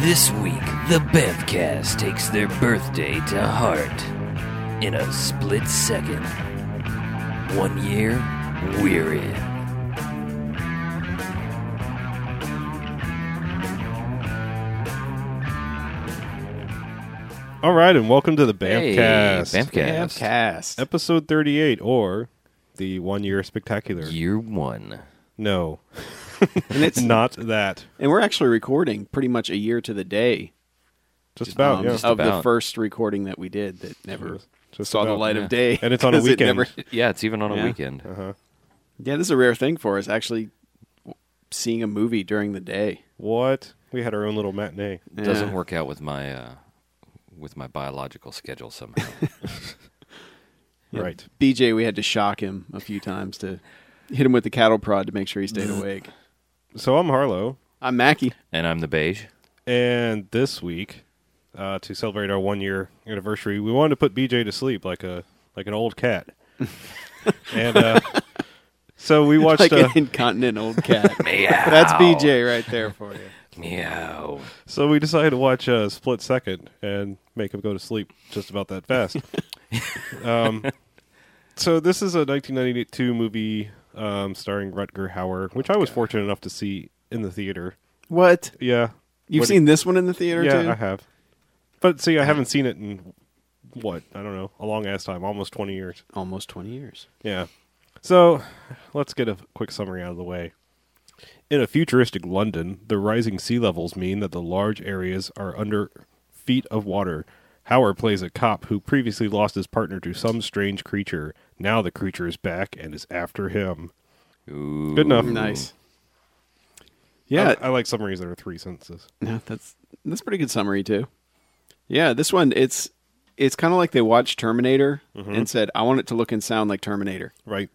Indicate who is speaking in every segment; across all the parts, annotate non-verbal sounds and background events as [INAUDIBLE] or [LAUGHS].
Speaker 1: This week, the Bevcast takes their birthday to heart in a split second. One year, we're in.
Speaker 2: All right, and welcome to the Bamcast.
Speaker 1: Hey, Bamcast.
Speaker 3: Bamcast.
Speaker 2: Episode 38, or the one year spectacular.
Speaker 1: Year one.
Speaker 2: No,
Speaker 3: And
Speaker 2: [LAUGHS]
Speaker 3: it's
Speaker 2: not that.
Speaker 3: and we're actually recording pretty much a year to the day
Speaker 2: Just about,
Speaker 3: um,
Speaker 2: yeah.
Speaker 3: of
Speaker 1: about.
Speaker 3: the first recording that we did that never
Speaker 2: Just
Speaker 3: saw the
Speaker 2: about,
Speaker 3: light
Speaker 1: yeah.
Speaker 3: of day.
Speaker 2: And it's on a
Speaker 3: [LAUGHS] 'Cause it
Speaker 2: weekend.
Speaker 3: never-
Speaker 1: Yeah, it's even on a
Speaker 3: Yeah. Uh-huh.
Speaker 1: weekend.
Speaker 3: yeah, this is a rare thing for us actually w- seeing a movie during the day.
Speaker 2: What? We had our own little matinee.
Speaker 3: Yeah.
Speaker 1: Doesn't work out with my uh, with my biological schedule
Speaker 3: [LAUGHS]
Speaker 1: somehow.
Speaker 3: Yeah,
Speaker 2: Right.
Speaker 3: BJ, we had to shock him a few times to hit him with the cattle prod to make sure he stayed
Speaker 1: Mm.
Speaker 3: awake.
Speaker 2: So I'm Harlow,
Speaker 3: I'm Mackie.
Speaker 1: and I'm the beige.
Speaker 2: and this week, uh, to celebrate our one year anniversary, we wanted to put BJ to sleep like a like an old
Speaker 3: [LAUGHS]
Speaker 2: cat. and uh, so we [LAUGHS] watched.
Speaker 3: like
Speaker 2: uh,
Speaker 3: an incontinent old cat.
Speaker 1: [LAUGHS] Meow.
Speaker 3: That's BJ right there for you.
Speaker 1: Meow.
Speaker 2: so we decided to watch uh, Split Second and make him go to sleep just about that
Speaker 3: [LAUGHS]
Speaker 2: fast. um, so this is a 1992 movie um, starring Rutger Hauer, which I was fortunate enough to see in the theater.
Speaker 3: What?
Speaker 2: Yeah,
Speaker 3: You've
Speaker 2: What-
Speaker 3: seen this one in the theater
Speaker 2: Yeah,
Speaker 3: too?
Speaker 2: I have. But see, I haven't seen it in what I don't know a long ass time, almost 20 years.
Speaker 3: Almost 20 years.
Speaker 2: Yeah. So let's get a quick summary out of the way. In a futuristic London, the rising sea levels mean that the large areas are under feet of water. Howard plays a cop who previously lost his partner to some strange creature. Now the creature is back and is after him.
Speaker 1: Ooh.
Speaker 2: Good enough.
Speaker 3: Nice. Yeah,
Speaker 2: I, I like summaries that are three sentences.
Speaker 3: Yeah, that's that's a pretty good summary too. Yeah, this one it's it's kind of like they watched Terminator and said, "I want it to look and sound like Terminator."
Speaker 2: Right.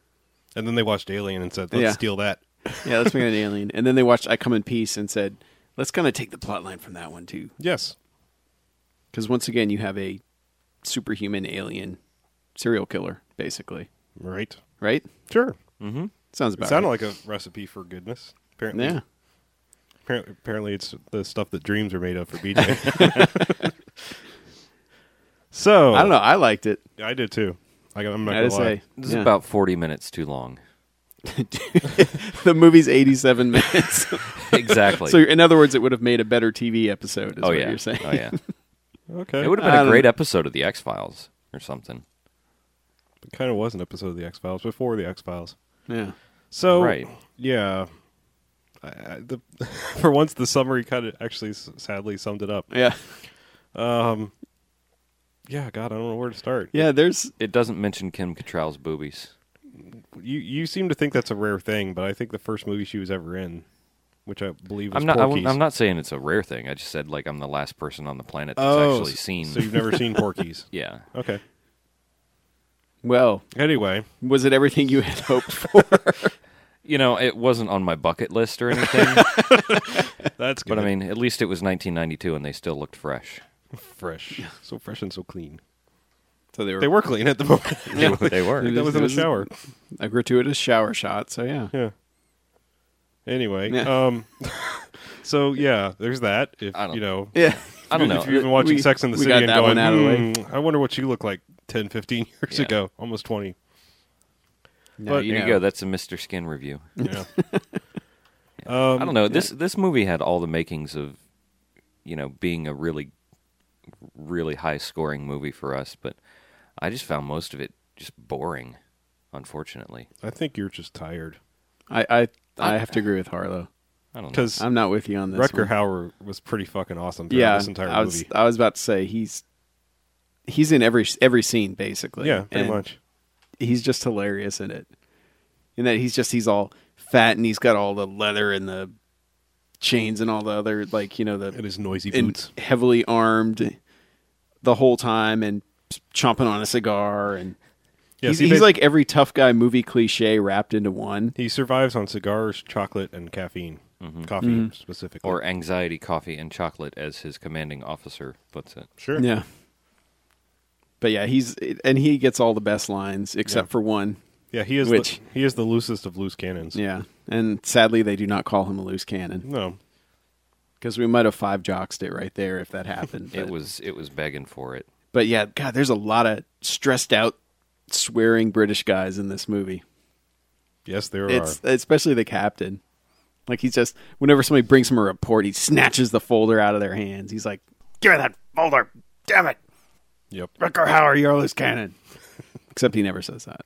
Speaker 2: And then they watched Alien and said, let's
Speaker 3: Yeah.
Speaker 2: steal that.
Speaker 3: [LAUGHS] Yeah, let's make it an alien. And then they watched "I Come in Peace" and said, "Let's kind of take the plot line from that one too,"
Speaker 2: Yes.
Speaker 3: because once again, you have a superhuman alien serial killer, basically.
Speaker 2: Right.
Speaker 3: Right?
Speaker 2: Sure.
Speaker 3: Sounds about
Speaker 2: It sounded like
Speaker 3: right.
Speaker 2: a recipe for goodness. Apparently,
Speaker 3: yeah.
Speaker 2: Apparently, apparently it's the stuff that dreams are made of
Speaker 1: [LAUGHS]
Speaker 2: for BJ. so
Speaker 3: I don't know. I liked it.
Speaker 2: I did too. I, am not
Speaker 3: I
Speaker 2: gonna
Speaker 3: had to
Speaker 2: lie.
Speaker 3: say,
Speaker 1: This
Speaker 3: yeah.
Speaker 1: is about 40 minutes too [LAUGHS] long.
Speaker 3: [LAUGHS] the
Speaker 1: [LAUGHS]
Speaker 3: movie's eighty-seven minutes.
Speaker 1: Exactly.
Speaker 3: so, in other words, it would have made a better TV episode. Is
Speaker 1: oh
Speaker 3: what
Speaker 1: yeah.
Speaker 3: you're saying?
Speaker 1: Oh [LAUGHS] yeah.
Speaker 2: Okay,
Speaker 1: It would have
Speaker 3: I
Speaker 1: been a
Speaker 3: don't
Speaker 1: great
Speaker 3: know.
Speaker 1: episode of the X Files or something.
Speaker 2: It kind of was an episode of the X Files before the X Files.
Speaker 3: [LAUGHS] yeah.
Speaker 2: So
Speaker 1: Right.
Speaker 2: yeah. I, I, the, [LAUGHS] for once, the summary kind of actually s- sadly summed it up.
Speaker 3: Yeah.
Speaker 2: Yeah, God, I don't know where to start.
Speaker 3: Yeah, there's
Speaker 1: It doesn't mention Kim Cattrall's boobies.
Speaker 2: You you seem to think that's a rare thing, but I think the first movie she was ever in, which I believe was
Speaker 1: I'm not. I,
Speaker 2: Porky's.
Speaker 1: am not saying it's a rare thing. I just said like I'm the last person on the planet that's
Speaker 2: oh,
Speaker 1: actually
Speaker 2: s-
Speaker 1: seen.
Speaker 2: So you've never seen Porky's?
Speaker 1: [LAUGHS] yeah.
Speaker 2: Okay.
Speaker 3: well,
Speaker 2: Anyway,
Speaker 3: was it everything you had
Speaker 2: [LAUGHS]
Speaker 3: hoped for?
Speaker 1: You know, it wasn't on my bucket list or
Speaker 2: [LAUGHS]
Speaker 1: anything.
Speaker 2: that's good.
Speaker 1: but I mean, at least it was 1992, and they still looked fresh.
Speaker 2: fresh, so fresh and so clean.
Speaker 3: so
Speaker 2: They were clean at the moment. [LAUGHS]
Speaker 1: They were- [LAUGHS] they were.
Speaker 2: that was in the shower.
Speaker 3: a gratuitous shower shot. So yeah,
Speaker 2: Yeah. Anyway,
Speaker 3: Yeah.
Speaker 2: um, [LAUGHS] so yeah, there's that. If
Speaker 1: I don't-
Speaker 2: you know, [LAUGHS]
Speaker 3: yeah.
Speaker 1: I don't know.
Speaker 2: if you've been watching
Speaker 3: We-
Speaker 2: Sex in the
Speaker 3: we
Speaker 2: City
Speaker 3: got
Speaker 2: and
Speaker 3: that
Speaker 2: going,
Speaker 3: one out of the way.
Speaker 2: "Hmm, I wonder what she looked like 10, 15 [LAUGHS] years
Speaker 1: Yeah.
Speaker 2: ago, almost
Speaker 3: [LAUGHS]
Speaker 2: twenty.
Speaker 3: Now
Speaker 2: But-
Speaker 1: There you
Speaker 3: know.
Speaker 1: go. That's a Mr. Skin review.
Speaker 2: Yeah. Um,
Speaker 1: I don't know. This this movie had all the makings of, you know, being a really, really high scoring movie for us. But I just found most of it just boring, unfortunately.
Speaker 2: I think you're just tired
Speaker 3: I, I I have to agree with Harlow.
Speaker 1: I don't know.
Speaker 2: because
Speaker 3: I'm not with you on this.
Speaker 2: Rutger
Speaker 3: one.
Speaker 2: Hauer was pretty fucking awesome. Throughout
Speaker 3: yeah,
Speaker 2: this entire
Speaker 3: I was
Speaker 2: movie.
Speaker 3: I was about to say he's he's in every every scene basically.
Speaker 2: yeah, pretty
Speaker 3: And
Speaker 2: much.
Speaker 3: He's just hilarious in it. In that he's just he's all fat and he's got all the leather and the chains and all the other like you know the
Speaker 2: It is noisy
Speaker 3: and
Speaker 2: boots.
Speaker 3: heavily armed the whole time and chomping on a cigar and
Speaker 2: Yeah,
Speaker 3: he's,
Speaker 2: see,
Speaker 3: he's
Speaker 2: they-
Speaker 3: like every tough guy movie cliche wrapped into one
Speaker 2: He survives on cigars, chocolate, and caffeine.
Speaker 3: Mm-hmm.
Speaker 2: Coffee specifically.
Speaker 1: or anxiety coffee and chocolate, as his commanding officer puts it.
Speaker 2: sure.
Speaker 3: yeah but yeah he's and he gets all the best lines except for one
Speaker 2: Yeah, he is
Speaker 3: Which-
Speaker 2: the, he is the loosest of loose cannons.
Speaker 3: yeah and sadly they do not call him a loose cannon
Speaker 2: No.
Speaker 3: because we might have five joxed it right there if that happened.
Speaker 1: [LAUGHS] It
Speaker 3: but-
Speaker 1: was it was begging for it.
Speaker 3: but yeah, God, there's a lot of stressed out, swearing British guys in this movie.
Speaker 2: Yes, there
Speaker 3: It's
Speaker 2: are.
Speaker 3: especially the captain. Like he's just whenever somebody brings him a report, he snatches the folder out of their hands. He's like, "Give me that folder, damn it,
Speaker 2: Yep.
Speaker 3: Rutger Hauer, you're a loose cannon." [LAUGHS] Except he never says that,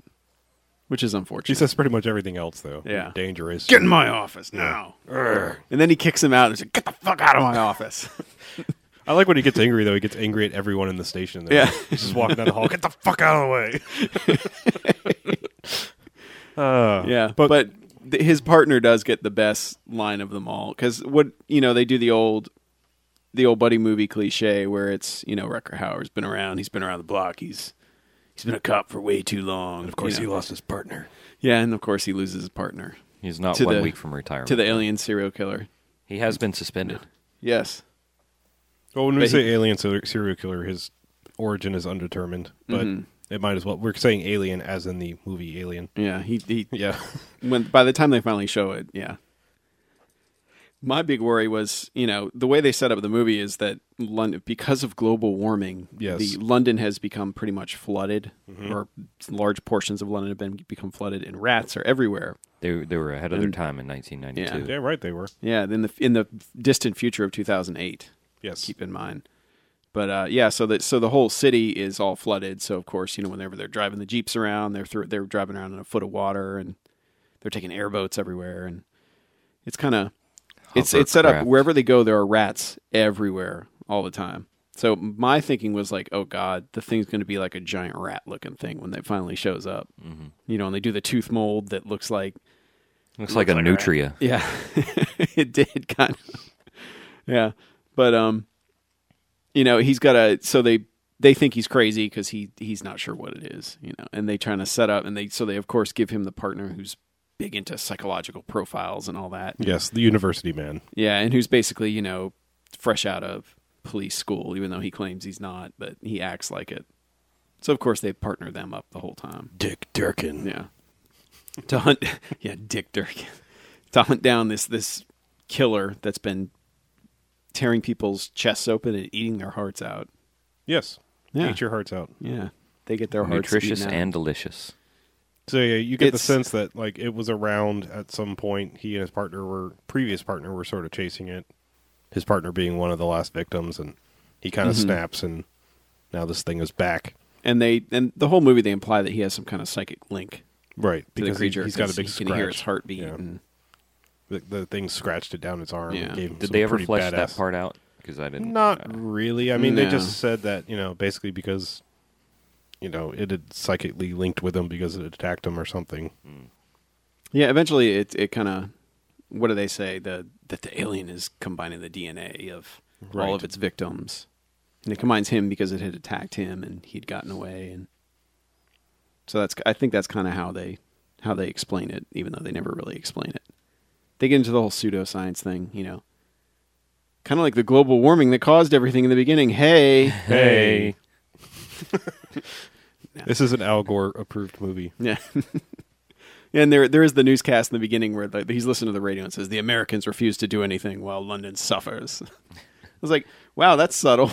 Speaker 3: which is
Speaker 2: She
Speaker 3: unfortunate.
Speaker 2: says pretty much everything else though.
Speaker 3: Yeah.
Speaker 2: Dangerous.
Speaker 3: "Get in my office now," Urgh. and then he kicks him out. And he's like, "Get the fuck out of my office." [LAUGHS]
Speaker 2: I like when he gets angry though. He gets angry at everyone in the station. There.
Speaker 3: Yeah.
Speaker 2: He's just walking down the hall. Get the fuck out of the
Speaker 3: [LAUGHS]
Speaker 2: way. uh,
Speaker 3: Yeah,
Speaker 2: But-
Speaker 3: but, th- his partner does get the best line of them all because what you know they do the old, the old buddy movie cliche where it's you know Rucker Hauer's been around, he's been around the block, he's he's been a cop for way too long.
Speaker 2: Of course,
Speaker 3: you
Speaker 2: he
Speaker 3: know.
Speaker 2: lost his partner.
Speaker 3: Yeah, and of course he loses his partner
Speaker 1: He's not
Speaker 3: To
Speaker 1: one
Speaker 3: the-
Speaker 1: week from retirement.
Speaker 3: to the alien serial killer.
Speaker 1: he has been suspended.
Speaker 3: Yes,
Speaker 2: Well, when we
Speaker 3: But
Speaker 2: say alien ser- serial killer, his origin is undetermined, but it might as well. We're saying alien as in the movie Alien.
Speaker 3: yeah, he he
Speaker 2: Yeah.
Speaker 3: [LAUGHS] when by the time they finally show it, yeah. My big worry was, you know, the way they set up the movie is that London, because of global warming,
Speaker 2: Yes. Mm-hmm.
Speaker 3: the London has become pretty much flooded, or large portions of London have been become flooded, and rats are everywhere.
Speaker 1: They they were ahead of their time in 1992.
Speaker 2: yeah, right. They were.
Speaker 3: Yeah, in the in the distant future of 2008,
Speaker 2: Yes.
Speaker 3: keep in mind. But uh, yeah, so that so the whole city is all flooded. So of course, you know, whenever they're driving the jeeps around, they're through, they're driving around in a foot of water, and they're taking airboats everywhere, and it's kind of it's it's set up
Speaker 1: Hovercraft.
Speaker 3: wherever they go. There are rats everywhere all the time. So my thinking was like, oh god, the thing's going to be like a giant rat looking thing when it finally shows up. You know, and they do the tooth mold that looks like
Speaker 1: Looks like a nutria.
Speaker 3: yeah, [LAUGHS] it did kind of. Yeah, but um, you know, he's got a so they they think he's crazy because he he's not sure what it is, you know, and they trying to set up and they so they of course give him the partner who's big into psychological profiles and all that.
Speaker 2: Yes, the university man.
Speaker 3: Yeah, and who's basically you know fresh out of police school, even though he claims he's not, but he acts like it. So of course they partner them up the whole time.
Speaker 2: Dick Durkin.
Speaker 3: Yeah. To hunt [LAUGHS] yeah, Dick Durkin. [LAUGHS] To hunt down this this killer that's been tearing people's chests open and eating their hearts out.
Speaker 2: Yes.
Speaker 3: Yeah.
Speaker 2: Eat your hearts out.
Speaker 3: Yeah. They get their hearts
Speaker 1: Nutritious
Speaker 3: eaten out.
Speaker 1: and delicious.
Speaker 2: So yeah, you get the
Speaker 3: It's-
Speaker 2: sense that like it was around at some point. He and his partner were previous partner were sort of chasing it. His partner being one of the last victims, and he kind of snaps, and now this thing is back.
Speaker 3: and they and the whole movie they imply that he has some kind of psychic link
Speaker 2: Right,
Speaker 3: to the
Speaker 2: because
Speaker 3: creature.
Speaker 2: he, has got a
Speaker 3: 'cause
Speaker 2: big
Speaker 3: he
Speaker 2: scratch.
Speaker 3: can hear his heartbeat.
Speaker 2: Yeah.
Speaker 3: and-
Speaker 2: The, the thing scratched it down its arm.
Speaker 3: Yeah.
Speaker 2: And gave him
Speaker 1: Did
Speaker 2: some
Speaker 1: they ever
Speaker 2: pretty
Speaker 1: flesh that
Speaker 2: badass-
Speaker 1: part out? Because I didn't. uh,
Speaker 2: Not really. I mean, they
Speaker 3: No.
Speaker 2: just said that you know basically because you know it had psychically linked with him because it attacked him or something.
Speaker 3: yeah, eventually it it kind of what do they say the that the alien is combining the DNA of all
Speaker 2: Right.
Speaker 3: of its victims. And it combines him because it had attacked him and he'd gotten away and So that's I think that's kind of how they how they explain it, even though they never really explain it. They get into the whole pseudoscience thing, you know. Kind of like the global warming that caused everything in the beginning. Hey,
Speaker 1: Hey. [LAUGHS]
Speaker 2: This is an Al Gore approved movie.
Speaker 3: yeah. [LAUGHS] And there, there is the newscast in the beginning where like, he's listening to the radio and says the Americans refuse to do anything while London suffers. [LAUGHS] I was like, wow, that's subtle.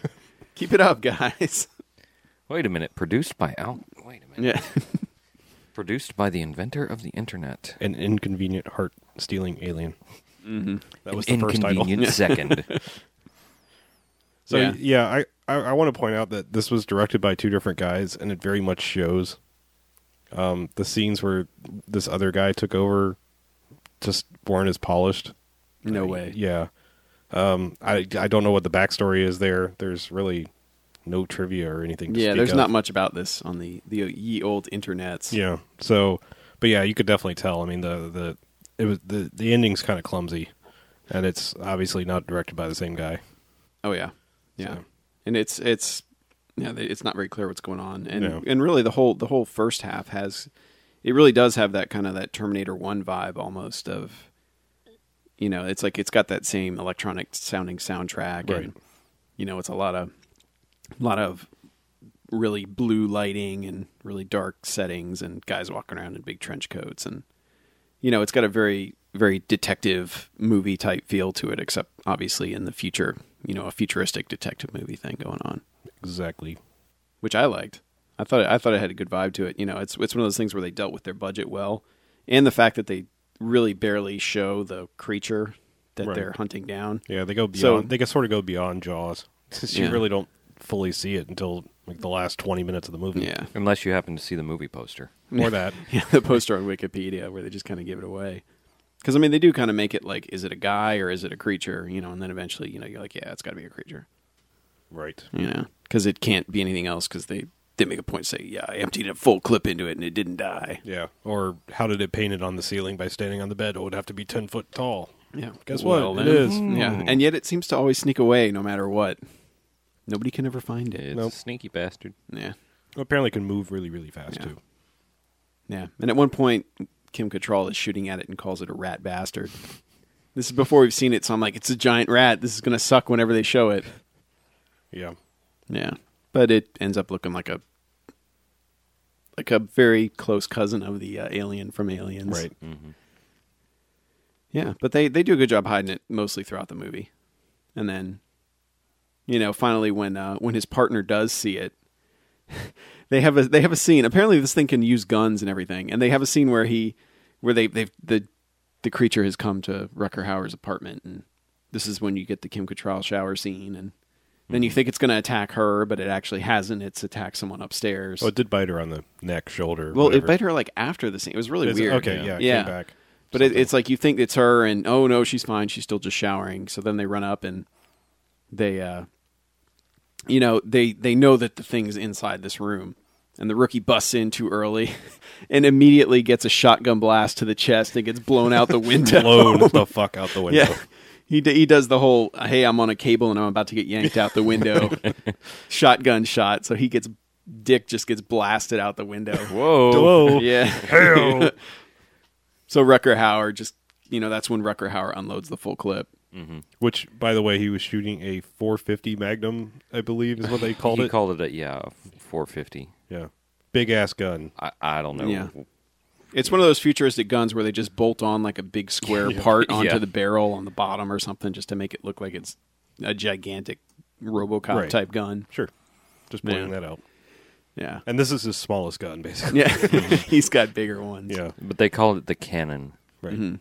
Speaker 3: [LAUGHS] Keep it up, guys. [LAUGHS]
Speaker 1: Wait a minute. Produced by Al. Wait a minute.
Speaker 3: Yeah,
Speaker 1: Produced by the inventor of the internet.
Speaker 2: An inconvenient heart stealing alien. That was
Speaker 1: An
Speaker 2: the first title.
Speaker 1: inconvenient second.
Speaker 2: So
Speaker 3: Yeah.
Speaker 2: yeah, I I, I want to point out that this was directed by two different guys, and it very much shows. Um, the scenes where this other guy took over just weren't as polished.
Speaker 3: no way.
Speaker 2: Yeah, um, I I don't know what the backstory is there. There's really no trivia or anything. To
Speaker 3: Yeah,
Speaker 2: speak
Speaker 3: there's
Speaker 2: of.
Speaker 3: not much about this on the the uh, ye old internets.
Speaker 2: Yeah, so but yeah, you could definitely tell. I mean, the the it was the the ending's kind of clumsy, and it's obviously not directed by the same guy.
Speaker 3: Oh yeah, yeah.
Speaker 2: So-
Speaker 3: And it's it's yeah, they- it's not very clear what's going on, and
Speaker 2: No.
Speaker 3: and really the whole the whole first half has it really does have that kind of that Terminator One vibe almost of you know it's like it's got that same electronic sounding soundtrack,
Speaker 2: Right.
Speaker 3: and you know it's a lot of a lot of really blue lighting and really dark settings and guys walking around in big trench coats and you know it's got a very very detective movie type feel to it, except obviously in the future, you know, a futuristic detective movie thing going on,
Speaker 2: Exactly.
Speaker 3: which I liked. I thought it, I thought it had a good vibe to it. You know, it's it's one of those things where they dealt with their budget well, and the fact that they really barely show the creature that
Speaker 2: Right.
Speaker 3: they're hunting down.
Speaker 2: Yeah, they go
Speaker 3: So-
Speaker 2: beyond. they can sort of go beyond Jaws. [LAUGHS] Since
Speaker 3: Yeah.
Speaker 2: You really don't fully see it until like the last twenty minutes of the movie.
Speaker 3: Yeah,
Speaker 1: Unless you happen to see the movie poster.
Speaker 2: [LAUGHS] or that.
Speaker 3: [LAUGHS] yeah, the poster on Wikipedia where they just kind of give it away. Because I mean, they do kind of make it like, is it a guy or is it a creature? You know, and then eventually, you know, you're like, yeah, it's got to be a creature.
Speaker 2: Right.
Speaker 3: You know, because it can't be anything else. Because they they make a point to say, yeah, I emptied a full clip into it and it didn't die.
Speaker 2: Yeah. Or how did it paint it on the ceiling by standing on the bed? Oh, it would have to be ten foot tall.
Speaker 3: Yeah,
Speaker 2: Guess what? It
Speaker 3: then-
Speaker 2: is. Hmm.
Speaker 3: Yeah, and yet it seems to always sneak away no matter what. Nobody can ever find it.
Speaker 1: It's
Speaker 2: Nope.
Speaker 1: a sneaky bastard.
Speaker 3: Yeah,
Speaker 2: Apparently, it can move really, really fast
Speaker 3: Yeah.
Speaker 2: too.
Speaker 3: yeah. And at one point, Kim Cattrall is shooting at it and calls it a rat bastard. This is before we've seen it, so I'm like, it's a giant rat. This is gonna suck whenever they show it.
Speaker 2: Yeah.
Speaker 3: Yeah, but it ends up looking like a like a very close cousin of the uh, alien from Aliens.
Speaker 2: Right.
Speaker 3: Yeah, but they they do a good job hiding it mostly throughout the movie, and then you know finally when uh, when his partner does see it. [LAUGHS] They have a they have a scene. Apparently, this thing can use guns and everything. And they have a scene where he, where they they the the creature has come to Rucker Hauer's apartment, and this is when you get the Kim Cattrall shower scene, and then you think it's going to attack her, but it actually hasn't. It's attacked someone upstairs.
Speaker 2: Oh, it did bite her on the neck, shoulder.
Speaker 3: well, it
Speaker 2: whatever.
Speaker 3: bite her like after the scene. It was really
Speaker 2: It's-
Speaker 3: weird.
Speaker 2: Okay. Yeah. it
Speaker 3: yeah.
Speaker 2: Came back.
Speaker 3: But it, it's like you think it's her, and oh no, she's fine. She's still just showering. So then they run up and they, uh, you know, they they know that the thing's inside this room, and the rookie busts in too early, [LAUGHS] and immediately gets a shotgun blast to the chest and gets blown out
Speaker 2: [LAUGHS]
Speaker 3: the window.
Speaker 2: blown the fuck out the window.
Speaker 3: [LAUGHS] yeah. He, d- he does the whole hey I'm on a cable and I'm about to get yanked out
Speaker 2: [LAUGHS]
Speaker 3: the window, shotgun shot. So he gets dick just gets blasted out the window.
Speaker 1: Whoa.
Speaker 2: Whoa.
Speaker 3: [LAUGHS] Yeah.
Speaker 2: Hell.
Speaker 3: So Rucker Hauer just, you know, that's when Rucker Hauer unloads the full clip.
Speaker 2: [LAUGHS] Which, by the way, he was shooting a 450 Magnum, I believe, is what
Speaker 3: [LAUGHS]
Speaker 2: they called
Speaker 1: he
Speaker 2: it.
Speaker 1: called it a yeah, four fifty.
Speaker 2: yeah, big ass gun.
Speaker 1: I, I don't know.
Speaker 3: Yeah. It's one of those futuristic guns where they just bolt on like a big square part onto
Speaker 1: Yeah.
Speaker 3: the barrel on the bottom or something just to make it look like it's a gigantic RoboCop
Speaker 2: Right.
Speaker 3: type gun.
Speaker 2: Sure, just pointing
Speaker 3: Yeah.
Speaker 2: that out.
Speaker 3: Yeah.
Speaker 2: And this is his smallest gun, basically.
Speaker 3: Yeah. [LAUGHS] He's got bigger ones.
Speaker 2: Yeah,
Speaker 1: But they called it the cannon.
Speaker 2: right.
Speaker 3: Mm-hmm.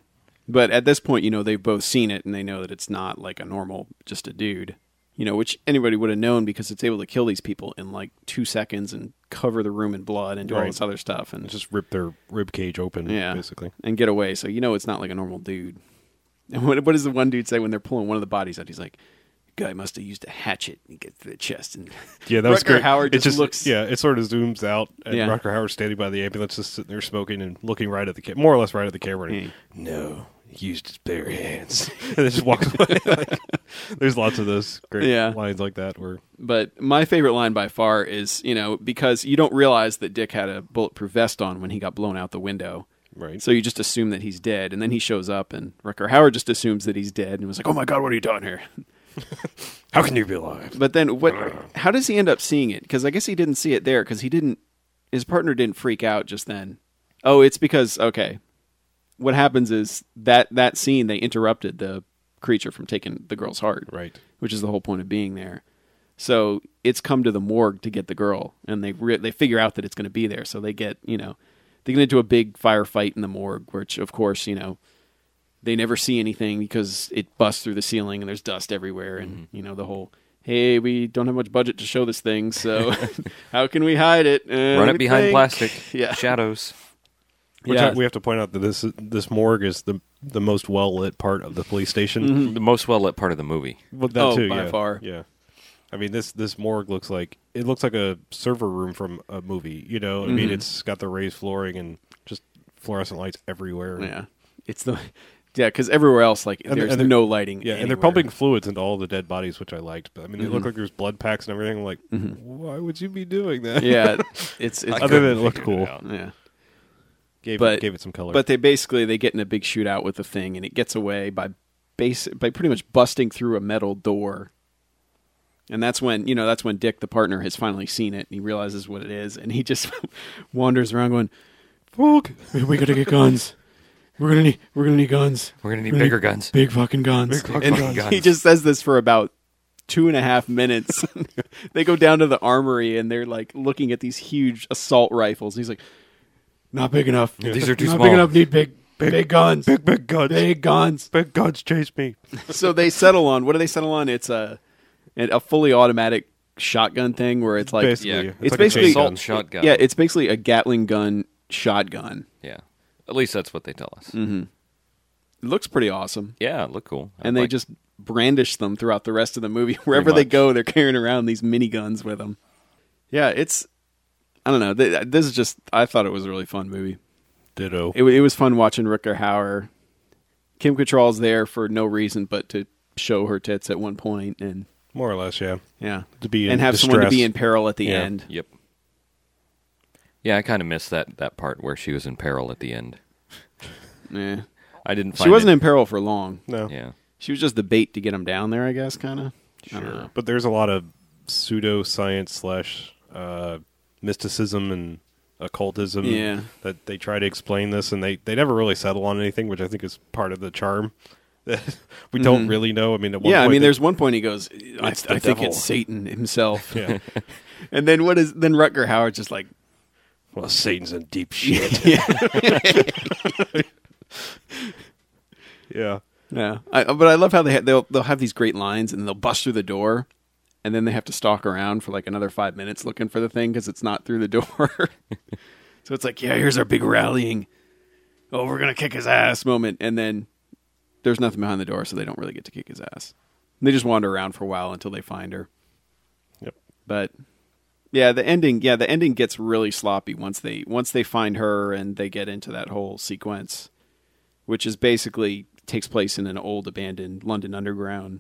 Speaker 3: But at this point, you know, they've both seen it and they know that it's not like a normal, just a dude, you know, which anybody would have known because it's able to kill these people in like two seconds and cover the room in blood and do all
Speaker 2: Right.
Speaker 3: this other stuff. And
Speaker 2: And just rip their rib cage open.
Speaker 3: yeah,
Speaker 2: basically.
Speaker 3: and get away. So you know it's not like a normal dude. [LAUGHS] And what, what does the one dude say when they're pulling one of the bodies out? He's like, "Guy must have used a hatchet and get through the chest." And
Speaker 2: [LAUGHS] Yeah, that was
Speaker 3: Rutger
Speaker 2: great.
Speaker 3: Hauer
Speaker 2: It
Speaker 3: just looks-
Speaker 2: Yeah, it sort of zooms out, and
Speaker 3: Yeah.
Speaker 2: Rucker Howard's standing by the ambulance, just sitting there smoking and looking right at the ca- more or less right at the camera. and,
Speaker 3: Hmm.
Speaker 2: No, he used his bare hands, [LAUGHS] and then just walks away. [LAUGHS] Like, there's lots of those great
Speaker 3: Yeah.
Speaker 2: lines like that where
Speaker 3: but my favorite line by far is you know because you don't realize that Dick had a bulletproof vest on when he got blown out the window.
Speaker 2: right.
Speaker 3: So you just assume that he's dead, and then he shows up, and Rucker Howard just assumes that he's dead, and was like, "Oh my god, what are you doing here?"
Speaker 2: How can you be alive?
Speaker 3: But then what? How does he end up seeing it? Because I guess he didn't see it there because he didn't. His partner didn't freak out just then. Oh, it's because okay. What happens is that that scene they interrupted the creature from taking the girl's heart,
Speaker 2: Right.
Speaker 3: which is the whole point of being there. So it's come to the morgue to get the girl, and they re- they figure out that it's going to be there. So they get you know they get into a big firefight in the morgue, which of course you know they never see anything because it busts through the ceiling and there's dust everywhere, and
Speaker 1: Mm-hmm.
Speaker 3: you know the whole hey we don't have much budget to show this thing, so [LAUGHS] how can we hide it? Uh,
Speaker 1: Run
Speaker 3: let
Speaker 1: it
Speaker 3: me
Speaker 1: behind
Speaker 3: think."
Speaker 1: plastic.
Speaker 3: [LAUGHS] Yeah.
Speaker 1: Shadows.
Speaker 2: Which
Speaker 3: Yeah.
Speaker 2: I- we have to point out that this this morgue is the the most well lit part of the police station.
Speaker 3: Mm-hmm.
Speaker 1: The most well lit part of the movie.
Speaker 2: Well, that
Speaker 3: Oh,
Speaker 2: too,
Speaker 3: by
Speaker 2: yeah.
Speaker 3: far.
Speaker 2: Yeah, I mean this this morgue looks like it looks like a server room from a movie. You know, I mean
Speaker 3: Mm-hmm.
Speaker 2: it's got the raised flooring and just fluorescent lights everywhere.
Speaker 3: Yeah, it's the yeah because everywhere else like
Speaker 2: they're-
Speaker 3: there's
Speaker 2: and they're-
Speaker 3: no lighting.
Speaker 2: Yeah, and they're
Speaker 3: anywhere. Mm-hmm.
Speaker 2: pumping fluids into all the dead bodies, which I liked. But I mean, it looked like there's blood packs and everything. I'm like, why would you be doing that? [LAUGHS]
Speaker 3: Yeah, it's it's
Speaker 2: Other than it looked
Speaker 1: Figured
Speaker 2: cool,
Speaker 1: it out.
Speaker 3: yeah.
Speaker 2: gave
Speaker 3: But-
Speaker 2: it, gave it some color.
Speaker 3: But they basically they get in a big shootout with the thing, and it gets away by base by pretty much busting through a metal door. And that's when you know that's when Dick, the partner, has finally seen it, and he realizes [LAUGHS] what it is, and he just wanders around going, "Fuck, we gotta get guns." We're gonna need we're gonna need guns.
Speaker 1: We're gonna need bigger guns.
Speaker 3: Big fucking guns.
Speaker 1: fucking
Speaker 3: And
Speaker 1: guns.
Speaker 3: He just says this for about two and a half minutes. [LAUGHS] they go down to the armory and they're like looking at these huge assault rifles. He's like, "Not big enough.
Speaker 1: [LAUGHS] These are too
Speaker 3: Not
Speaker 1: small."
Speaker 3: big enough. Need big, big, guns. Big,
Speaker 2: big guns.
Speaker 3: guns."
Speaker 2: Big guns chase me.
Speaker 3: so they settle on what do they settle on? It's a an- a fully automatic shotgun thing where it's like
Speaker 2: Basically,
Speaker 1: yeah,
Speaker 2: yeah.
Speaker 1: it's
Speaker 3: it's
Speaker 2: like a
Speaker 3: basically
Speaker 2: chain
Speaker 1: assault
Speaker 2: gun.
Speaker 1: shotgun.
Speaker 3: yeah, it's basically a Gatling gun shotgun.
Speaker 1: yeah. At least that's what they tell us.
Speaker 3: Mm-hmm. It looks pretty awesome.
Speaker 1: Yeah, look cool. I
Speaker 3: and they
Speaker 1: like-
Speaker 3: just brandish them throughout the rest of the movie. [LAUGHS] Wherever
Speaker 1: Pretty
Speaker 3: they
Speaker 1: much.
Speaker 3: go, they're carrying around these miniguns with them. Yeah, it's I don't know. Th- This is just I thought it was a really fun movie.
Speaker 2: Ditto.
Speaker 3: It, wa- it was fun watching Rutger Hauer. Kim Cattrall's there for no reason but to show her tits at one point, and
Speaker 2: More or less, yeah.
Speaker 3: yeah,
Speaker 2: To be in
Speaker 3: and have someone to be
Speaker 2: distress.
Speaker 3: in peril at the
Speaker 2: Yeah.
Speaker 3: end.
Speaker 1: Yep. Yeah, I kind of missed that that part where she was in peril at the end.
Speaker 3: Yeah.
Speaker 1: I didn't. Find
Speaker 3: She wasn't
Speaker 1: it-
Speaker 3: in peril for long.
Speaker 2: No.
Speaker 1: Yeah.
Speaker 3: She was just the bait to get him down there, I guess, kind of.
Speaker 2: Sure. But there's a lot of pseudoscience slash uh, mysticism and occultism
Speaker 3: Yeah.
Speaker 2: that they try to explain this, and they, they never really settle on anything, which I think is part of the charm. [LAUGHS] That we don't really know. I mean, at one
Speaker 3: Mm-hmm. Yeah, I
Speaker 2: point
Speaker 3: mean,
Speaker 2: they-
Speaker 3: there's one point he goes, "I, I
Speaker 2: It's the
Speaker 3: think
Speaker 2: devil."
Speaker 3: it's Satan
Speaker 2: [LAUGHS]
Speaker 3: himself."
Speaker 2: Yeah.
Speaker 3: And then what is then Rutger Howard's just like
Speaker 2: well, Satan's in
Speaker 3: [LAUGHS]
Speaker 2: deep shit. [LAUGHS] yeah.
Speaker 3: yeah. I, but I love how they ha- they'll they'll have these great lines and they'll bust through the door, and then they have to stalk around for like another five minutes looking for the thing because it's not through the door. [LAUGHS] so it's like, yeah, here's our big rallying. Oh, we're gonna kick his ass moment, and then there's nothing behind the door, so they don't really get to kick his ass. And they just wander around for a while until they find her.
Speaker 2: Yep.
Speaker 3: but yeah the ending yeah the ending gets really sloppy once they once they find her and they get into that whole sequence which is basically takes place in an old abandoned london underground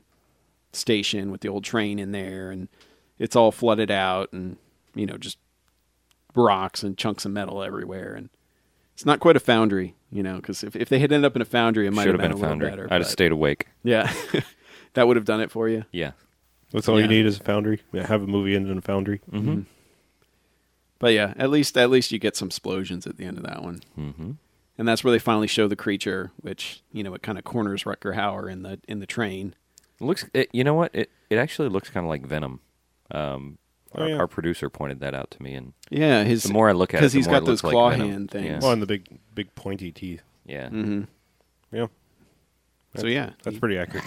Speaker 3: station with the old train in there and it's all flooded out and you know just rocks and chunks of metal everywhere and it's not quite a foundry you know because if, if they had ended up in a foundry it might
Speaker 1: Should
Speaker 3: have been,
Speaker 1: a
Speaker 3: a, little
Speaker 1: foundry.
Speaker 3: better
Speaker 1: I'd have
Speaker 3: but-
Speaker 1: stayed awake.
Speaker 3: yeah [LAUGHS] that would have done it for you
Speaker 1: Yeah.
Speaker 2: That's all
Speaker 3: Yeah.
Speaker 2: you need is a foundry. Yeah, have a movie end in a foundry.
Speaker 1: Mm-hmm.
Speaker 3: But yeah, at least at least you get some explosions at the end of that one,
Speaker 1: Mm-hmm.
Speaker 3: and that's where they finally show the creature, which you know it kind of corners Rutger Hauer in the in the train.
Speaker 1: Looks. It, you know what? It it actually looks kind of like Venom. Um,
Speaker 2: Oh,
Speaker 1: our,
Speaker 2: yeah.
Speaker 1: our producer pointed that out to me, and
Speaker 3: Yeah, his
Speaker 1: the more I look at it,
Speaker 3: because
Speaker 1: the
Speaker 3: he's
Speaker 1: more it
Speaker 3: got those
Speaker 1: looks like
Speaker 3: claw
Speaker 1: Venom.
Speaker 3: hand things.
Speaker 2: Oh, and the big, big pointy teeth.
Speaker 1: Yeah.
Speaker 3: hmm
Speaker 2: Yeah.
Speaker 3: So yeah,
Speaker 2: That's pretty accurate.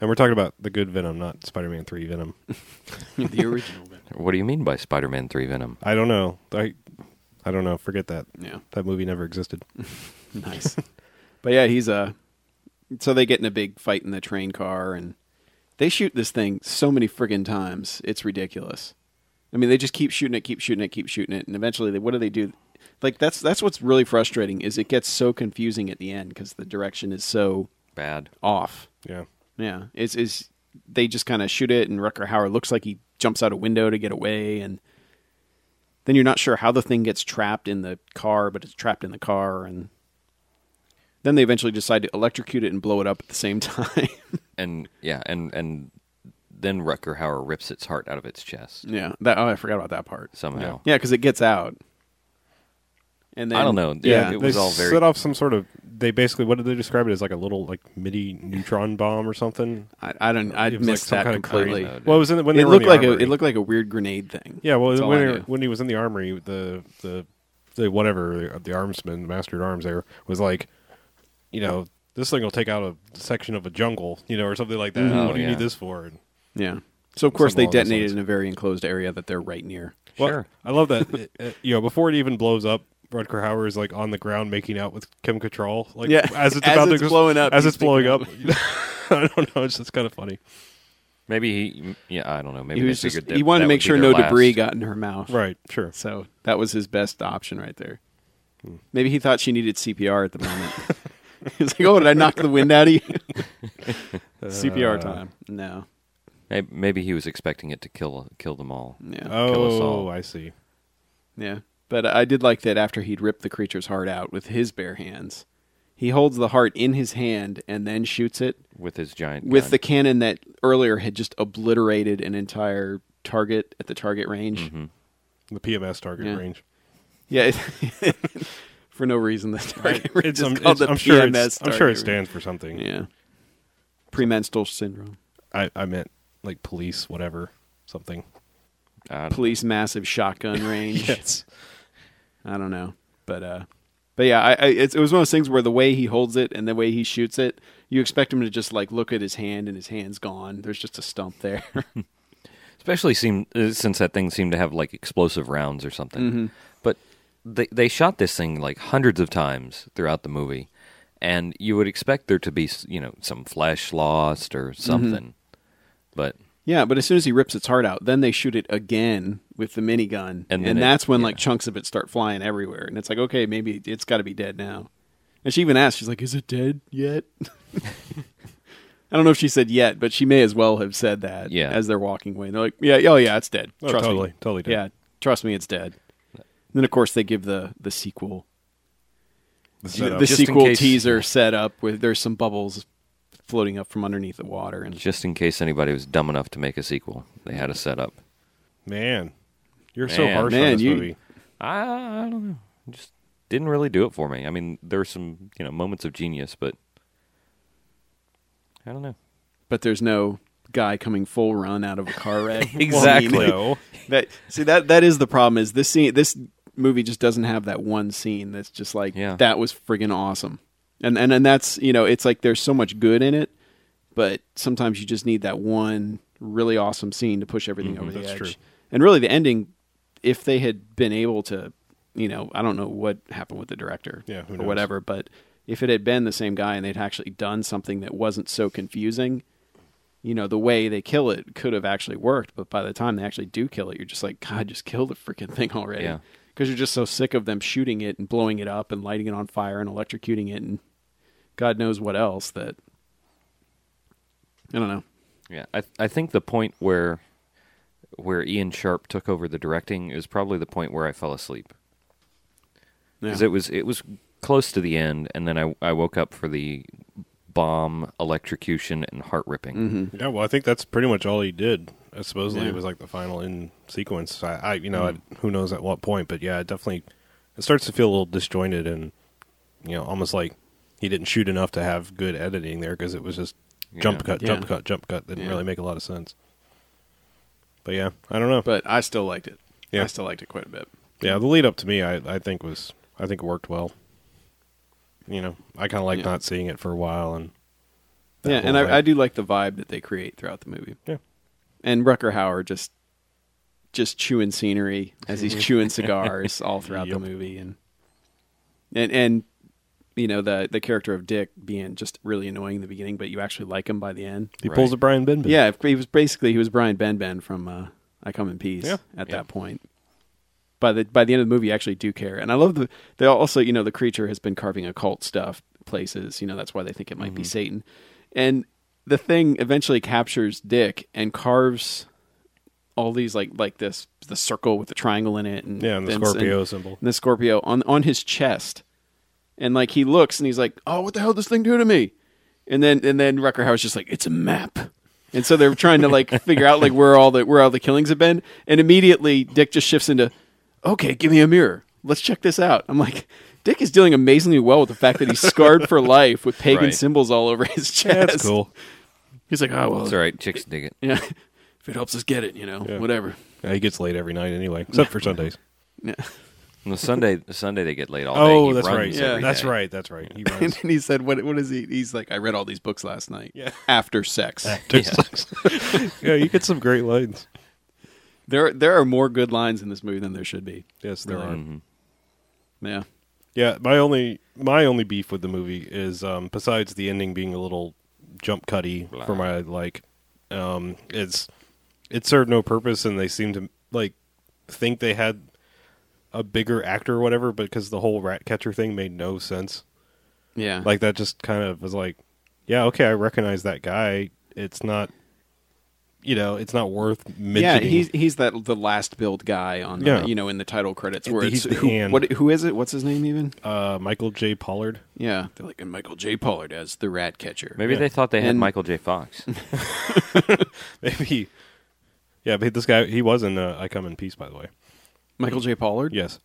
Speaker 2: And we're talking about the good Venom, not Spider-Man Three Venom.
Speaker 3: [LAUGHS] the
Speaker 1: [LAUGHS]
Speaker 3: original. Venom.
Speaker 1: What do you mean by Spider-Man Three Venom?
Speaker 2: I don't know. I, I don't know. Forget that.
Speaker 3: Yeah,
Speaker 2: That movie never existed.
Speaker 3: nice. but yeah, he's Uh, so they get in a big fight in the train car, and they shoot this thing so many friggin' times. It's ridiculous. I mean, they just keep shooting it, keep shooting it, keep shooting it, and eventually, they, what do they do? Like that's that's what's really frustrating is it gets so confusing at the end because the direction is so
Speaker 1: Bad.
Speaker 3: off.
Speaker 2: Yeah.
Speaker 3: Yeah, it's is they just kind of shoot it, and Rucker Hauer looks like he jumps out a window to get away, and then you're not sure how the thing gets trapped in the car, but it's trapped in the car, and then they eventually decide to electrocute it and blow it up at the same [LAUGHS] time.
Speaker 1: And yeah, and and then Rutger Hauer rips its heart out of its chest
Speaker 3: yeah, that oh, I forgot about that part.
Speaker 1: somehow.
Speaker 3: Yeah, because it gets out, and then
Speaker 1: I don't know.
Speaker 2: Yeah,
Speaker 1: Yeah, it was
Speaker 2: they
Speaker 1: all very.
Speaker 2: set off some sort of. They basically what did they describe it as like a little like mini neutron bomb or something?
Speaker 3: I, I don't. I
Speaker 2: It was, like,
Speaker 3: missed
Speaker 2: some
Speaker 3: that
Speaker 2: kind of
Speaker 3: completely.
Speaker 1: grenade.
Speaker 2: Well, it was in the, when they
Speaker 3: It
Speaker 2: were in
Speaker 3: looked
Speaker 2: the
Speaker 3: like a,
Speaker 2: armory.
Speaker 3: it looked like a weird grenade thing.
Speaker 2: Yeah, well,
Speaker 3: That's all
Speaker 2: when
Speaker 3: I
Speaker 2: he,
Speaker 3: knew.
Speaker 2: when he was in the armory, the the the whatever the, the armsman, the master at arms, there was like, you know, this thing will take out a section of a jungle, you know, or something like that.
Speaker 1: Mhm.
Speaker 2: what do you
Speaker 1: Oh, yeah.
Speaker 2: need this for? And,
Speaker 3: Yeah. So of course
Speaker 2: Something
Speaker 3: they
Speaker 2: along those
Speaker 3: detonated
Speaker 2: lines.
Speaker 3: in a very enclosed area that they're right near.
Speaker 2: well,
Speaker 1: Sure.
Speaker 2: I love that. it, it- you know, before it even blows up, Rutger Hauer is like on the ground making out with Kim Cattrall, like
Speaker 3: Yeah,
Speaker 2: as it's
Speaker 3: as
Speaker 2: about
Speaker 3: it's
Speaker 2: to
Speaker 3: blowing up,
Speaker 2: as
Speaker 3: he's
Speaker 2: it's blowing up. [LAUGHS] I don't know. It's just kind of funny,
Speaker 1: Maybe he. Yeah, I don't know. Maybe
Speaker 3: he was
Speaker 1: they
Speaker 3: just,
Speaker 1: figured that,
Speaker 3: he wanted
Speaker 1: that would
Speaker 3: to make
Speaker 1: be
Speaker 3: sure
Speaker 1: their
Speaker 3: no
Speaker 1: last.
Speaker 3: debris got in her mouth.
Speaker 2: right? Sure.
Speaker 3: So that was his best option right there.
Speaker 1: Hmm.
Speaker 3: Maybe he thought she needed CPR at the moment. [LAUGHS] He's like, "Oh, did I knock the wind out of you?" [LAUGHS] CPR
Speaker 2: Uh,
Speaker 3: time. No.
Speaker 1: May- Maybe he was expecting it to kill kill them all.
Speaker 3: Yeah.
Speaker 1: Kill us
Speaker 2: Oh,
Speaker 1: all.
Speaker 2: I see.
Speaker 3: Yeah. But I did like that after he'd ripped the creature's heart out with his bare hands. He holds the heart in his hand and then shoots it
Speaker 1: with his giant
Speaker 3: with
Speaker 1: gun.
Speaker 3: the cannon that earlier had just obliterated an entire target
Speaker 1: Mm-hmm.
Speaker 3: at the target range.
Speaker 2: The PMS target
Speaker 3: Yeah.
Speaker 2: range.
Speaker 3: Yeah. it- [LAUGHS] for no reason. The target right.
Speaker 2: It's,
Speaker 3: just
Speaker 2: I'm,
Speaker 3: called
Speaker 2: it's-
Speaker 3: the
Speaker 2: I'm sure
Speaker 3: PMS
Speaker 2: it's, I'm sure it
Speaker 3: target
Speaker 2: stands for something.
Speaker 3: rate. Yeah. Premenstrual syndrome.
Speaker 2: I, I meant like police, whatever, something.
Speaker 1: I don't-
Speaker 3: Police
Speaker 2: [LAUGHS]
Speaker 3: massive shotgun range.
Speaker 2: Yes.
Speaker 3: I don't know, but uh, but yeah, I, I it's, it was one of those things where the way he holds it and the way he shoots it, you expect him to just like look at his hand and his hand's gone. There's just a stump there. [LAUGHS]
Speaker 1: especially seem, uh, since that thing seemed to have like explosive rounds or something.
Speaker 3: Mm-hmm.
Speaker 1: But they they shot this thing like hundreds of times throughout the movie, and you would expect there to be s- you know some flesh lost
Speaker 3: Mm-hmm.
Speaker 1: or something, but
Speaker 3: yeah, but as soon as he rips its heart out, then they shoot it again with the minigun,
Speaker 1: And
Speaker 3: and,
Speaker 1: then it-
Speaker 3: that's when
Speaker 1: yeah.
Speaker 3: like chunks of it start flying everywhere, and it's like okay, maybe it's got to be dead now. And she even asked, she's like, "Is it dead
Speaker 1: [LAUGHS]
Speaker 3: yet?" I don't know if she said yet, but she may as well have said that
Speaker 1: Yeah.
Speaker 3: as they're walking away. And they're like, "Yeah, oh yeah, it's dead.
Speaker 2: Oh,
Speaker 3: Trust me."
Speaker 2: totally, totally. Did.
Speaker 3: Yeah, trust me, it's dead. And then of course they give the the sequel,
Speaker 2: The
Speaker 3: the
Speaker 2: setup.
Speaker 1: Just in
Speaker 3: sequel
Speaker 1: case-
Speaker 3: teaser set up with there's some bubbles floating up from underneath the water, and
Speaker 1: just in case anybody was dumb enough to make a sequel, they had a setup.
Speaker 2: man, you're so
Speaker 1: Man,
Speaker 2: harsh on
Speaker 3: man,
Speaker 2: this
Speaker 3: you-
Speaker 2: movie.
Speaker 1: I, I don't know, just didn't really do it for me. I mean, there were some you know moments of genius, but I don't know.
Speaker 3: but there's no guy coming full run out of a car wreck. Well, I mean,
Speaker 1: Exactly.
Speaker 2: No,
Speaker 3: that see that that is the problem is this scene this movie just doesn't have that one scene that's just like
Speaker 1: Yeah.
Speaker 3: that was friggin' awesome. And and and that's you know, it's like there's so much good in it, but sometimes you just need that one really awesome scene to push everything over the
Speaker 2: that's
Speaker 3: edge.
Speaker 2: true.
Speaker 3: And really the ending, if they had been able to you know, I don't know what happened with the director
Speaker 2: Yeah, who
Speaker 3: or
Speaker 2: knows?
Speaker 3: whatever, but if it had been the same guy and they'd actually done something that wasn't so confusing, you know, the way they kill it could have actually worked, but by the time they actually do kill it, you're just like, God, just kill the freaking thing already.
Speaker 1: Yeah.
Speaker 3: Because you're just so sick of them shooting it and blowing it up and lighting it on fire and electrocuting it and God knows what else that. I don't know.
Speaker 1: Yeah, I I think the point where where Ian Sharp took over the directing is probably the point where I fell asleep
Speaker 3: Yeah.
Speaker 1: because it was it was close to the end, and then I I woke up for the bomb, electrocution, and heart ripping.
Speaker 3: Mm-hmm.
Speaker 2: yeah. Well, I think that's pretty much all he did. Uh, Supposedly,
Speaker 3: Yeah. Hmm.
Speaker 2: it was like the final in sequence. I, I you know, I- who knows at what point, but yeah, it definitely it starts to feel a little disjointed and you know, almost like he didn't shoot enough to have good editing there because it was just jump
Speaker 1: Yeah.
Speaker 2: cut,
Speaker 3: Yeah.
Speaker 2: jump cut, jump cut. Didn't
Speaker 3: Yeah.
Speaker 2: really make a lot of sense. But yeah, I don't know.
Speaker 3: But I still liked it.
Speaker 2: Yeah.
Speaker 3: I still liked it quite a bit.
Speaker 2: Yeah, the lead up to me, I, I think was I think it worked well. You know, I kind of like
Speaker 3: Yeah.
Speaker 2: not seeing it for a while, and that
Speaker 3: yeah,
Speaker 2: whole
Speaker 3: and
Speaker 2: vibe.
Speaker 3: I, I do like the vibe that they create throughout the movie.
Speaker 2: Yeah,
Speaker 3: and Rucker Hauer just just chewing scenery as he's chewing cigars all throughout
Speaker 2: Yep.
Speaker 3: the movie and and and you know the the character of Dick being just really annoying in the beginning but you actually like him by the end.
Speaker 2: he
Speaker 1: Right.
Speaker 2: pulls a Brian Benben.
Speaker 3: Yeah, he was basically he was Brian Benben from uh, I Come in Peace
Speaker 2: Yeah.
Speaker 3: at
Speaker 1: Yeah.
Speaker 3: that point. By the by the end of the movie you actually do care. And I love the they also, you know, the creature has been carving occult stuff places, you know, that's why they think it might
Speaker 2: Mm-hmm.
Speaker 3: be Satan. And the thing eventually captures Dick and carves all these like like this the circle with the triangle in it and
Speaker 2: yeah, and the
Speaker 3: then-
Speaker 2: Scorpio
Speaker 1: [LAUGHS]
Speaker 3: and-
Speaker 2: symbol.
Speaker 3: and the Scorpio on on his chest, and like he looks and he's like, "Oh, what the hell did this thing do to me?" And then and then Rucker Howard's just like, "It's a map," and so they're trying
Speaker 2: [LAUGHS]
Speaker 3: to like figure out like where all the where all the killings have been, and immediately Dick just shifts into, "Okay, give me a mirror. Let's check this out." I'm like. Dick is dealing amazingly well with the fact that he's
Speaker 2: [LAUGHS]
Speaker 3: scarred for life with pagan
Speaker 1: Right.
Speaker 3: symbols all over his chest.
Speaker 2: Yeah, that's cool.
Speaker 3: He's like, oh, well,
Speaker 1: It's all right, chicks dig it.
Speaker 3: yeah, [LAUGHS] if it helps us get it, you know,
Speaker 2: Yeah.
Speaker 3: whatever.
Speaker 2: Yeah, he gets late every night anyway, except
Speaker 1: [LAUGHS]
Speaker 2: for Sundays.
Speaker 3: Yeah.
Speaker 1: On Sunday Sunday they get laid all day.
Speaker 2: oh,
Speaker 1: He
Speaker 2: that's
Speaker 1: runs
Speaker 2: right.
Speaker 1: every
Speaker 2: that's
Speaker 1: day.
Speaker 2: right. That's right. He
Speaker 1: [LAUGHS]
Speaker 3: [LAUGHS] And
Speaker 2: runs.
Speaker 3: then he said, "What? What is he?" He's like, "I read all these books last night.
Speaker 2: Yeah.
Speaker 3: [LAUGHS] After sex,
Speaker 2: [LAUGHS] yeah, you get some great lines.
Speaker 3: there there are more good lines in this movie than there should be.
Speaker 2: Yes, there are.
Speaker 1: Mm-hmm.
Speaker 3: Yeah,
Speaker 2: Yeah, my only my only beef with the movie is um, besides the ending being a little jump cutty
Speaker 1: Blah.
Speaker 2: for my like, um, it's it served no purpose, and they seem to like think they had a bigger actor or whatever, because the whole rat catcher thing made no sense.
Speaker 3: yeah.
Speaker 2: Like that just kind of was like, yeah, okay, I recognize that guy. It's not, you know, it's not worth mentioning.
Speaker 3: yeah, he's he's that the last build guy on the,
Speaker 2: Yeah.
Speaker 3: you know in the title credits where
Speaker 2: He's
Speaker 3: it's
Speaker 2: the
Speaker 3: who,
Speaker 2: hand.
Speaker 3: what who is it? What's his name even?
Speaker 2: uh, Michael J. Pollard. [LAUGHS]
Speaker 3: Yeah, they're like and Michael J. Pollard as the rat catcher.
Speaker 1: Maybe they thought they had
Speaker 3: And-
Speaker 1: Michael J.
Speaker 3: [LAUGHS]
Speaker 1: Fox.
Speaker 2: Maybe, yeah, but this guy he was in uh, I Come in Peace, by the way.
Speaker 3: Michael J. Pollard.
Speaker 2: Yes.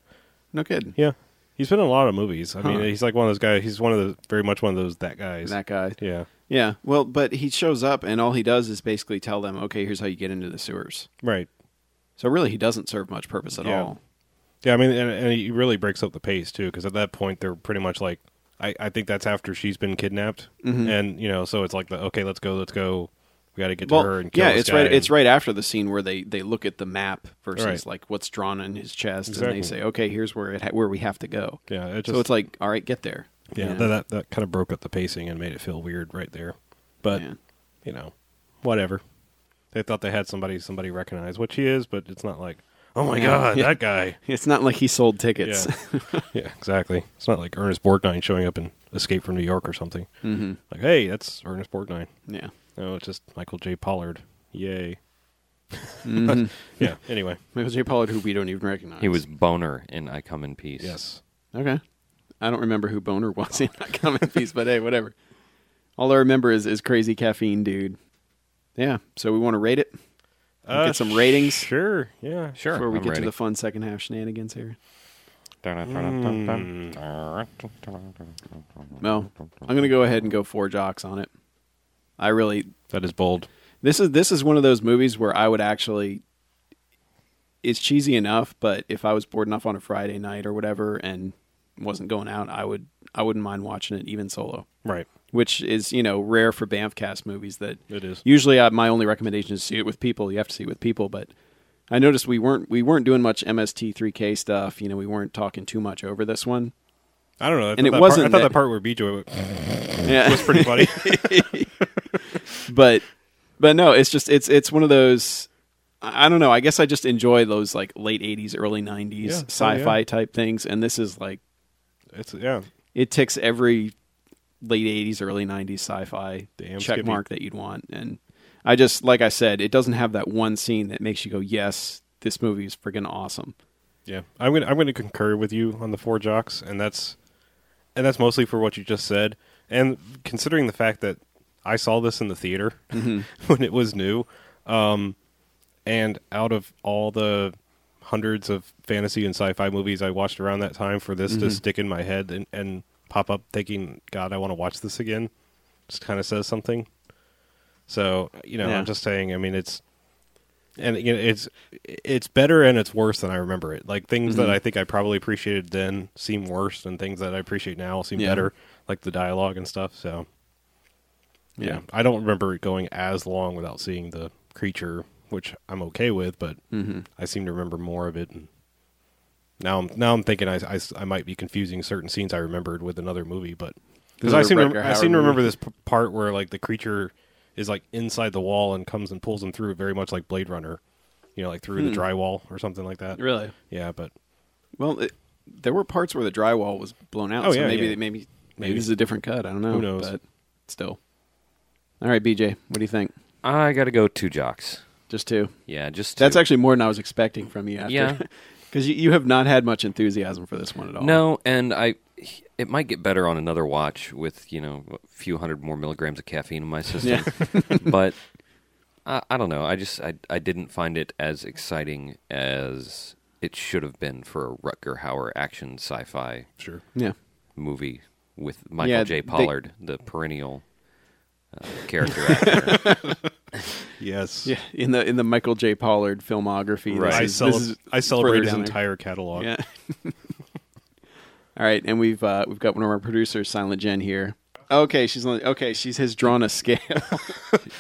Speaker 3: no kidding.
Speaker 2: Yeah. He's been in a lot of movies. I mean,
Speaker 3: Huh.
Speaker 2: he's like one of those guys. He's one of the very much one of those that guys.
Speaker 3: That guy.
Speaker 2: yeah,
Speaker 3: Yeah. Well, but he shows up and all he does is basically tell them, okay, here's how you get into the sewers.
Speaker 2: right.
Speaker 3: So really, he doesn't serve much purpose at
Speaker 2: Yeah.
Speaker 3: all.
Speaker 2: Yeah, I mean, and, and he really breaks up the pace too, because at that point they're pretty much like, I, I think that's after she's been kidnapped,
Speaker 3: Mm-hmm.
Speaker 2: and you know, so it's like the okay, let's go, let's go, we got to get to her and kill
Speaker 3: yeah,
Speaker 2: this
Speaker 3: it's
Speaker 2: guy
Speaker 3: right.
Speaker 2: and-
Speaker 3: It's right after the scene where they they look at the map versus
Speaker 2: Right.
Speaker 3: like what's drawn in his chest, and
Speaker 2: Exactly.
Speaker 3: they say, okay, here's where it ha- where we have to go.
Speaker 2: Yeah, it just,
Speaker 3: so it's like, all right, get there.
Speaker 2: yeah, uh, That, that that kind of broke up the pacing and made it feel weird right there, but
Speaker 3: Yeah.
Speaker 2: you know, whatever. They thought they had somebody somebody recognized, which he is, but it's not like, oh my
Speaker 3: Yeah.
Speaker 2: god,
Speaker 3: [LAUGHS] Yeah.
Speaker 2: that guy.
Speaker 3: [LAUGHS] It's not like he sold tickets. [LAUGHS]
Speaker 2: Yeah. yeah, exactly. It's not like Ernest Borgnine showing up in Escape from New York or something.
Speaker 3: hmm
Speaker 2: Like, hey, that's Ernest Borgnine.
Speaker 3: yeah.
Speaker 2: No, it's just Michael J. Pollard.
Speaker 3: [LAUGHS]
Speaker 2: Yay.
Speaker 3: Mhm.
Speaker 2: Yeah. Anyway.
Speaker 3: [LAUGHS] Michael J. Pollard, who we don't even recognize.
Speaker 1: He was Boner in I Come in Peace.
Speaker 2: yes.
Speaker 3: okay. I don't remember who Boner was [LAUGHS] in that comment piece, but hey, whatever. All I remember is is crazy caffeine, dude. Yeah. So we want to rate it.
Speaker 2: Uh,
Speaker 3: get some ratings
Speaker 2: Sure. Yeah.
Speaker 1: Sure.
Speaker 3: before we
Speaker 1: I'm
Speaker 3: get
Speaker 1: ready.
Speaker 3: to the fun second half shenanigans here. No, I'm gonna go ahead and go four jocks on it. I really
Speaker 2: That is bold.
Speaker 3: this is this is one of those movies where I would actually. It's cheesy enough, but if I was bored enough on a Friday night or whatever and wasn't going out, I would I wouldn't mind watching it even solo,
Speaker 2: Right.
Speaker 3: which is you know rare for Bamfcast movies. That
Speaker 2: It is.
Speaker 3: usually I, my only recommendation is see it with people. You have to see it with people, but I noticed we weren't we weren't doing much MST3K stuff. You know, we weren't talking too much over
Speaker 2: [CLEARS THROAT]
Speaker 3: this one.
Speaker 2: I don't know. I
Speaker 3: And it
Speaker 2: thought that Part, I
Speaker 3: wasn't
Speaker 2: thought
Speaker 3: that-
Speaker 2: that part where Bijo
Speaker 3: Yeah.
Speaker 2: was
Speaker 3: [LAUGHS]
Speaker 2: pretty funny.
Speaker 3: but but no, it's just it's it's one of those. I I don't know. I guess I just enjoy those like late '80s, early '90s
Speaker 2: Yeah. Oh,
Speaker 3: sci-fi
Speaker 2: yeah.
Speaker 3: type things, and this is like
Speaker 2: it's yeah.
Speaker 3: it ticks every late '80s, early '90s sci-fi
Speaker 2: Damn,
Speaker 3: check
Speaker 2: Skippy.
Speaker 3: mark that you'd want. And I just like I said, it doesn't have that one scene that makes you go, "Yes, this movie is freaking awesome."
Speaker 2: Yeah, I'm gonna I'm gonna concur with you on the four jocks, and that's and that's mostly for what you just said. And considering the fact that I saw this in the theater [LAUGHS] when it was new, um, and out of all the hundreds of fantasy and sci-fi movies I watched around that time, for this to stick in my head and, and pop up, thinking, God, I want to watch this again, just kind of says something. So you know,
Speaker 3: Yeah.
Speaker 2: I'm just saying. I mean, it's and you know, it's it's better and it's worse than I remember it. Like things that I think I probably appreciated then seem worse, and things that I appreciate now seem
Speaker 3: Yeah.
Speaker 2: better, like the dialogue and stuff. So, yeah.
Speaker 3: Yeah.
Speaker 2: I don't remember it going as long without seeing the creature, which I'm okay with, but
Speaker 3: Mm. Mm-hmm.
Speaker 2: I seem to remember more of it. And now I'm now I'm thinking I, I s- I might be confusing certain scenes I remembered with another movie, but because
Speaker 3: Another
Speaker 2: I seem to,
Speaker 3: Rutger
Speaker 2: rem- I seem
Speaker 3: Hauer
Speaker 2: to remember this p- part where like the creature is like inside the wall and comes and pulls them through, very much like Blade Runner, you know, like through the drywall or something like that.
Speaker 3: Hmm. Really?
Speaker 2: Yeah, but
Speaker 3: Well, it, there were parts where the drywall was blown out.
Speaker 2: Oh,
Speaker 3: so
Speaker 2: yeah,
Speaker 3: maybe,
Speaker 2: yeah.
Speaker 3: maybe maybe
Speaker 2: Maybe.
Speaker 3: this is a different cut. I don't know.
Speaker 2: Who knows?
Speaker 3: But still. All right, BJ, what do you think?
Speaker 1: I got to go two jocks.
Speaker 3: Just two.
Speaker 1: Yeah, just
Speaker 3: That's
Speaker 1: two.
Speaker 3: actually more than I was expecting from you. After. [LAUGHS]
Speaker 1: Yeah.
Speaker 3: Because you, you have not had much enthusiasm for this one at all.
Speaker 1: No, and I it might get better on another watch with, you know, a few hundred more milligrams of caffeine in
Speaker 3: [LAUGHS]
Speaker 1: my
Speaker 2: [LAUGHS]
Speaker 1: system. but I, I don't know. I just I I didn't find it as exciting as it should have been for a Rutger Hauer action sci-fi
Speaker 2: sure.
Speaker 3: Yeah.
Speaker 1: movie with Michael
Speaker 3: Yeah,
Speaker 1: J.
Speaker 3: they-
Speaker 1: Pollard, the perennial uh,
Speaker 3: [LAUGHS]
Speaker 1: character actor.
Speaker 2: Yes.
Speaker 3: Yeah. In the in the Michael J. Pollard filmography.
Speaker 1: Right.
Speaker 3: This
Speaker 2: I,
Speaker 3: is,
Speaker 2: cele-
Speaker 3: this is
Speaker 2: I
Speaker 3: further
Speaker 2: celebrate his
Speaker 3: down there.
Speaker 2: entire catalog.
Speaker 3: Yeah. [LAUGHS] all right, and we've uh, we've got one of our producers, Silent Jen, here. Okay, she's on, okay. She's has drawn a scale.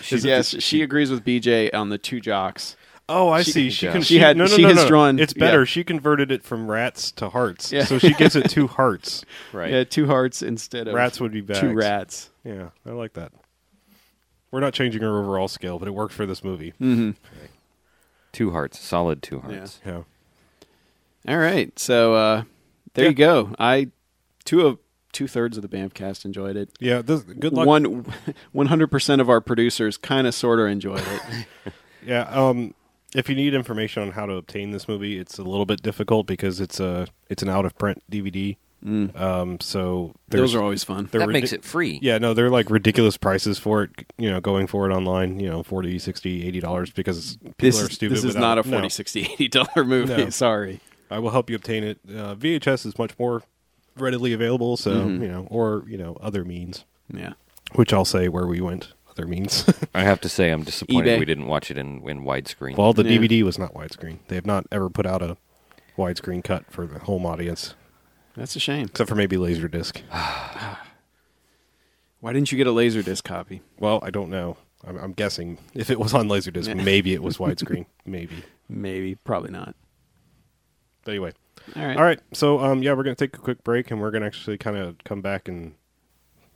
Speaker 1: She's-
Speaker 3: yes, she agrees with BJ on the two jocks.
Speaker 2: Oh, I
Speaker 3: She-
Speaker 2: see. She,
Speaker 1: yeah.
Speaker 2: con-
Speaker 3: She had-
Speaker 2: no, no,
Speaker 3: she
Speaker 2: no,
Speaker 3: has
Speaker 2: no, no.
Speaker 3: drawn-
Speaker 2: It's better.
Speaker 3: yeah.
Speaker 2: She converted it from rats to hearts,
Speaker 3: Yeah.
Speaker 2: so she gives it
Speaker 3: [LAUGHS]
Speaker 2: two hearts.
Speaker 1: right.
Speaker 3: Yeah, two hearts instead of
Speaker 2: Rats would be bags.
Speaker 3: two rats.
Speaker 2: Yeah, I like that. We're not changing her overall scale, but it worked for this movie.
Speaker 3: Hmm.
Speaker 1: Two hearts, solid two hearts.
Speaker 2: Yeah.
Speaker 3: All right, so uh, there
Speaker 2: Yeah.
Speaker 3: you go. I two of two thirds of the Bamcast enjoyed it.
Speaker 2: Yeah. This, good luck.
Speaker 3: One one hundred percent of our producers kind of sort of enjoyed it.
Speaker 2: Yeah. Um, if you need information on how to obtain this movie, it's a little bit difficult because it's a it's an out of print DVD. Um, so
Speaker 3: Mm. Those
Speaker 2: [LAUGHS] there's-
Speaker 3: are always fun.
Speaker 2: they're
Speaker 1: That makes
Speaker 2: ridic-
Speaker 1: it free.
Speaker 2: Yeah, no, they're like ridiculous prices for it, you know, going for it online, you know, 40, 60, 80 dollars because people
Speaker 3: This,
Speaker 2: are
Speaker 3: is-
Speaker 2: stupid
Speaker 3: this is
Speaker 2: without
Speaker 3: not a
Speaker 2: it. No. [LAUGHS]
Speaker 3: 40 60 80 dollar movie.
Speaker 2: No.
Speaker 3: Sorry.
Speaker 2: I will help you obtain it. Uh, VHS is much more readily available. So
Speaker 3: Mm-hmm.
Speaker 2: you know, or you know, other means,
Speaker 3: Yeah.
Speaker 2: which I'll say where we went. Other means. [LAUGHS]
Speaker 1: I have to say, I'm disappointed
Speaker 3: eBay.
Speaker 1: we didn't watch it in, in widescreen.
Speaker 2: well, the
Speaker 3: Yeah.
Speaker 2: DVD was not widescreen. They have not ever put out a widescreen cut for the home audience,
Speaker 3: That's a shame.
Speaker 2: except for maybe Laserdisc.
Speaker 3: Why didn't you get a Laserdisc copy?
Speaker 2: Well, I don't know. I'm, I'm guessing if it was on Laserdisc,
Speaker 3: Yeah.
Speaker 2: maybe
Speaker 3: [LAUGHS]
Speaker 2: it was widescreen. maybe.
Speaker 3: Maybe, probably not.
Speaker 2: But anyway,
Speaker 3: All right.
Speaker 2: all right. So, um, yeah, we're gonna take a quick break, and we're gonna actually kind of come back and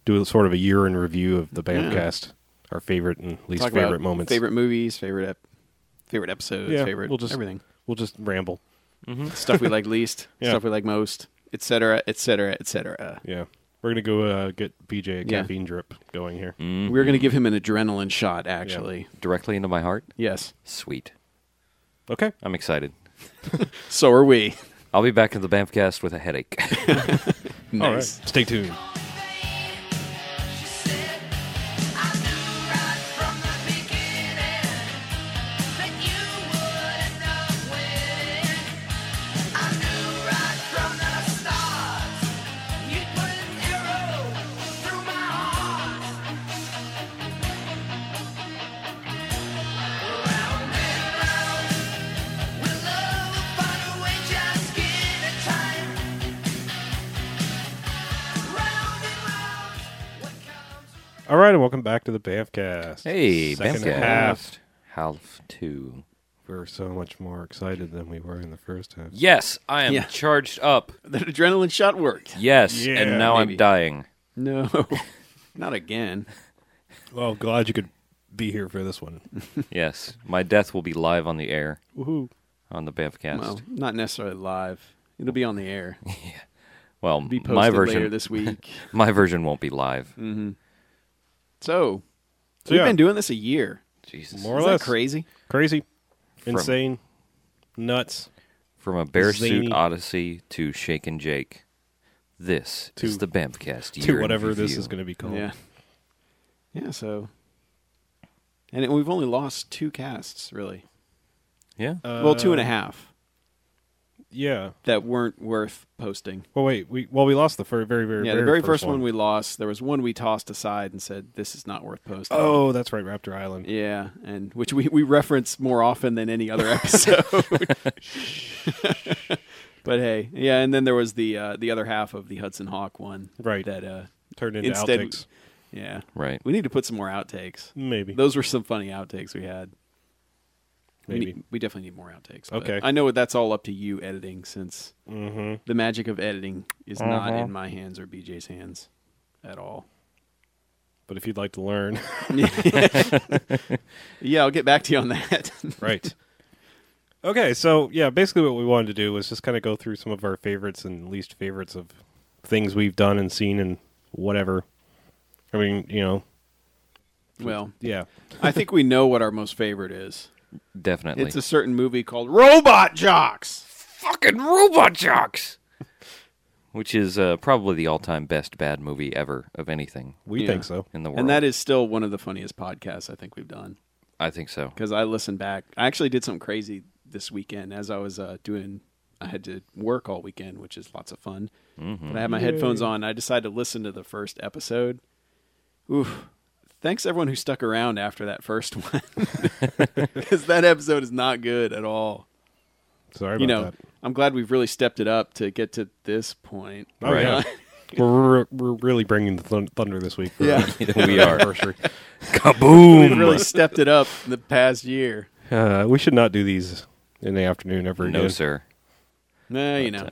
Speaker 2: do a sort of a year in review of the
Speaker 3: Yeah.
Speaker 2: Bamcast, our favorite and least
Speaker 3: Talk about
Speaker 2: favorite moments.
Speaker 3: Favorite movies, favorite ep- favorite episodes,
Speaker 2: Yeah,
Speaker 3: favorite
Speaker 2: we'll just-
Speaker 3: everything.
Speaker 2: We'll just ramble.
Speaker 3: stuff we
Speaker 2: [LAUGHS]
Speaker 3: like least,
Speaker 2: Yeah.
Speaker 3: stuff we like most, etc., etc., etc.
Speaker 2: Yeah, we're gonna go uh, get BJ a
Speaker 3: Yeah.
Speaker 2: caffeine drip going here.
Speaker 1: Mm,
Speaker 3: We're
Speaker 2: Mm-hmm.
Speaker 3: going to give him an adrenaline shot, actually.
Speaker 1: directly into my heart.
Speaker 3: Yes.
Speaker 1: Sweet.
Speaker 2: Okay.
Speaker 1: I'm excited.
Speaker 3: So are we.
Speaker 1: I'll be back in the Bamfcast with a
Speaker 3: [LAUGHS]
Speaker 1: headache.
Speaker 2: All right.
Speaker 3: nice.
Speaker 2: Stay tuned.
Speaker 4: She said, I knew right from the beginning that you wouldn't know when. I knew right from the start you put an arrow through my heart. Round and round, with love will find a way, just give it time. Round and round, what comes.
Speaker 2: All right, and welcome back to the Bamcast.
Speaker 1: hey,
Speaker 2: Second
Speaker 1: Bamfcast.
Speaker 2: half.
Speaker 1: Half two.
Speaker 2: We're so much more excited than we were in the first half.
Speaker 1: Yes, I am
Speaker 3: Yeah.
Speaker 1: charged up.
Speaker 3: That adrenaline shot worked.
Speaker 1: Yes,
Speaker 2: Yeah,
Speaker 1: and now
Speaker 3: maybe.
Speaker 1: I'm dying.
Speaker 3: No. [LAUGHS] Not again.
Speaker 2: Well, glad you could be here for this one.
Speaker 1: Yes, my death will be live on the air
Speaker 2: Woohoo!
Speaker 1: on the Bamfcast.
Speaker 3: Well, not necessarily live. It'll be on the
Speaker 2: [LAUGHS]
Speaker 3: air.
Speaker 1: Well,
Speaker 3: Be posted
Speaker 1: my version
Speaker 3: later this week.
Speaker 1: my version won't be live.
Speaker 2: So,
Speaker 3: so, we've
Speaker 2: yeah.
Speaker 3: been doing this a year.
Speaker 1: Jesus.
Speaker 2: More or
Speaker 3: Isn't that
Speaker 2: less
Speaker 3: crazy?
Speaker 2: crazy,
Speaker 1: From-
Speaker 2: insane, nuts.
Speaker 1: From a bear
Speaker 2: Zany.
Speaker 1: suit odyssey to Shake and Jake. This
Speaker 2: To-
Speaker 1: is the Bamfcast year
Speaker 2: to
Speaker 1: in
Speaker 2: whatever this
Speaker 1: review.
Speaker 2: is going to be called.
Speaker 3: Yeah. Yeah, so. And it- we've only lost two casts, really.
Speaker 1: Yeah.
Speaker 3: well, two and a
Speaker 2: Uh,
Speaker 3: half
Speaker 2: Yeah.
Speaker 3: that weren't worth posting.
Speaker 2: Well, wait. We well, we lost the fir- very, very,
Speaker 3: Yeah,
Speaker 2: very
Speaker 3: the very first one. we lost, there was one we tossed aside and said, this is not worth posting.
Speaker 2: Oh, that's right, Raptor Island.
Speaker 3: Yeah, and which we, we reference more often than any
Speaker 2: [LAUGHS]
Speaker 3: other episode. [LAUGHS] but hey, yeah, and then there was the uh, the other half of the Hudson Hawk one,
Speaker 2: Right.
Speaker 3: That uh,
Speaker 2: Turned into
Speaker 3: Instead-
Speaker 2: outtakes.
Speaker 3: yeah,
Speaker 1: right.
Speaker 3: we need to put some more outtakes.
Speaker 2: Maybe.
Speaker 3: Those were some funny outtakes we had. We
Speaker 2: Maybe.
Speaker 3: need- we definitely need more outtakes. but
Speaker 2: Okay.
Speaker 3: I know that's all up to you editing, since
Speaker 2: Mm-hmm.
Speaker 3: the magic of editing is not
Speaker 1: Mhm.
Speaker 3: in my hands or BJ's hands at all.
Speaker 2: But if you'd like to learn,
Speaker 3: [LAUGHS] yeah, I'll get back to you
Speaker 1: [LAUGHS]
Speaker 3: on that.
Speaker 2: right. [LAUGHS] Okay, so yeah, basically what we wanted to do was just kind of go through some of our favorites and least favorites of things we've done and seen and whatever. I mean, you know,
Speaker 3: well,
Speaker 2: yeah.
Speaker 3: I think we know what our most favorite is.
Speaker 1: Definitely.
Speaker 3: It's a certain movie called Robot Jocks.
Speaker 1: fucking robot jocks. [LAUGHS] Which is uh, probably the all-time best bad movie ever of anything
Speaker 2: We
Speaker 3: Yeah.
Speaker 2: think so.
Speaker 1: in the world.
Speaker 3: And that is still one of the funniest podcasts I think we've done
Speaker 1: I think so.
Speaker 3: because I listened back. I actually did something crazy this weekend as I was uh, doing, I had to work all weekend, which is lots of fun.
Speaker 1: Mm-hmm.
Speaker 3: But I had my headphones on. And I decided to listen to the first episode. Oof. Thanks everyone who stuck around after that first [LAUGHS] one because that episode is not good at all.
Speaker 2: Sorry about
Speaker 3: You know,
Speaker 2: that.
Speaker 3: I'm glad we've really stepped it up to get to this point. [LAUGHS]
Speaker 2: Oh,
Speaker 1: Right.
Speaker 2: yeah. we're, we're we're really bringing the thun- thunder this week. For [LAUGHS]
Speaker 3: Yeah.
Speaker 2: our
Speaker 1: We are.
Speaker 2: anniversary.
Speaker 3: We've
Speaker 1: [LAUGHS] Kaboom!
Speaker 3: really stepped it up in the past year.
Speaker 2: Uh, we should not do these in the afternoon ever again.
Speaker 1: no, sir.
Speaker 3: No, you know.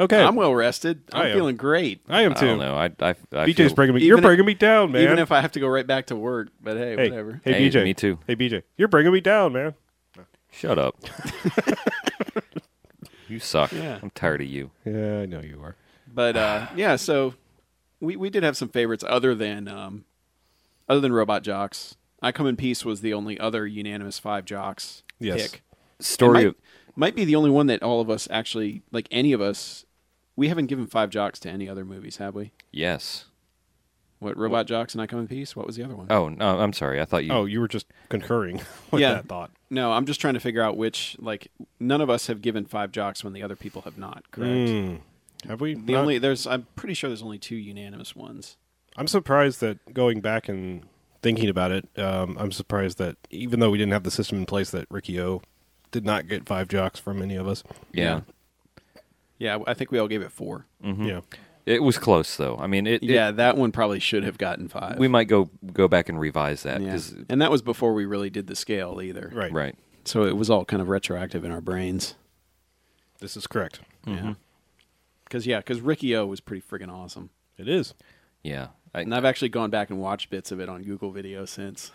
Speaker 2: Okay,
Speaker 3: I'm well rested. I'm
Speaker 2: I am.
Speaker 3: feeling great.
Speaker 2: I am
Speaker 1: I
Speaker 2: too.
Speaker 1: don't know. I, I, I
Speaker 2: BJ's
Speaker 1: feel-
Speaker 2: breaking me.
Speaker 3: Even
Speaker 2: You're
Speaker 3: if-
Speaker 2: breaking me down, man.
Speaker 3: Even if I have to go right back to work, but hey,
Speaker 2: hey,
Speaker 3: whatever.
Speaker 2: hey,
Speaker 1: Hey,
Speaker 2: BJ.
Speaker 1: me too.
Speaker 2: Hey, BJ. You're bringing me down, man.
Speaker 1: Shut up. you suck.
Speaker 3: Yeah.
Speaker 1: I'm tired of you.
Speaker 2: Yeah, I know you are.
Speaker 3: But uh, yeah, so we we did have some favorites other than um, other than Robot Jocks. I Come in Peace was the only other unanimous five jocks
Speaker 2: Yes.
Speaker 3: pick. It
Speaker 1: Story
Speaker 3: might,
Speaker 1: of
Speaker 3: might be the only one that all of us actually like any of us we haven't given five jocks to any other movies, have we?
Speaker 1: yes.
Speaker 3: What Robot Jocks and I Come in Peace? What was the other one?
Speaker 1: Oh no, I'm sorry. I thought you.
Speaker 2: Oh, you were just concurring [LAUGHS] with
Speaker 3: Yeah.
Speaker 2: that thought.
Speaker 3: No, I'm just trying
Speaker 1: Hmm.
Speaker 3: to figure out which. Like, none of us have given five jocks when the other people have not. Correct.
Speaker 2: Mm. Have we?
Speaker 3: The
Speaker 2: not-
Speaker 3: only there's I'm pretty sure there's only two unanimous ones.
Speaker 2: I'm surprised that going back and thinking about it, um, I'm surprised that even though we didn't have the system in place, that Ricky O did not get five jocks from any of us.
Speaker 1: Yeah.
Speaker 3: Yeah, I think we all gave it 4
Speaker 2: Yeah.
Speaker 1: It was close though. I mean, it, it-
Speaker 3: Yeah, that one probably should have gotten five.
Speaker 1: we might go go back and revise that
Speaker 3: yeah.
Speaker 1: 'cause-
Speaker 3: and that was before we really did the scale either.
Speaker 2: Right.
Speaker 1: right.
Speaker 3: So it was all kind of retroactive in our brains.
Speaker 2: This is correct.
Speaker 1: Mm-hmm.
Speaker 3: Yeah. Because yeah, because Ricky O was pretty freaking awesome,
Speaker 2: It is.
Speaker 1: Yeah. I,
Speaker 3: and I've actually gone back and watched bits of it on Google Video since.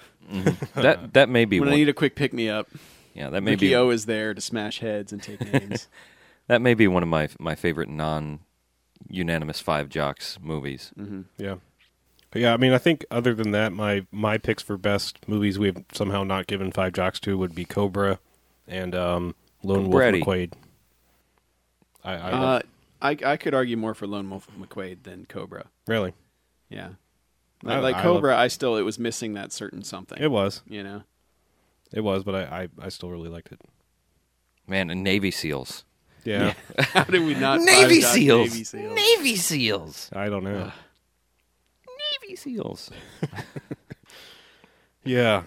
Speaker 1: that that may be
Speaker 3: When
Speaker 1: one.
Speaker 3: I need a quick pick me up,
Speaker 1: yeah, that may
Speaker 3: Ricky
Speaker 1: be
Speaker 3: O is there to smash heads and take names.
Speaker 1: that may be one of my my favorite non unanimous five jocks movies.
Speaker 2: Yeah. But yeah, I mean, I think other than that, my my picks for best movies we have somehow not given five jocks to would be Cobra and um, Lone
Speaker 1: Cobretti.
Speaker 2: Wolf McQuaid. [LAUGHS] I, I
Speaker 3: uh, I I could argue more for Lone Wolf McQuade than Cobra.
Speaker 2: really,
Speaker 3: Yeah,
Speaker 2: I-
Speaker 3: like, like
Speaker 2: I love-
Speaker 3: Cobra, I still it was missing that certain something.
Speaker 2: it was,
Speaker 3: you know. [LAUGHS]
Speaker 2: it was, but I, I, I still really liked it.
Speaker 1: Man, and Navy SEALs.
Speaker 2: Yeah,
Speaker 3: How did we not
Speaker 1: Navy
Speaker 3: five-dot
Speaker 1: Seals.
Speaker 3: Navy Seals?
Speaker 1: Navy SEALs.
Speaker 2: [LAUGHS] I don't know.
Speaker 1: [LAUGHS] Navy SEALs.
Speaker 2: yeah,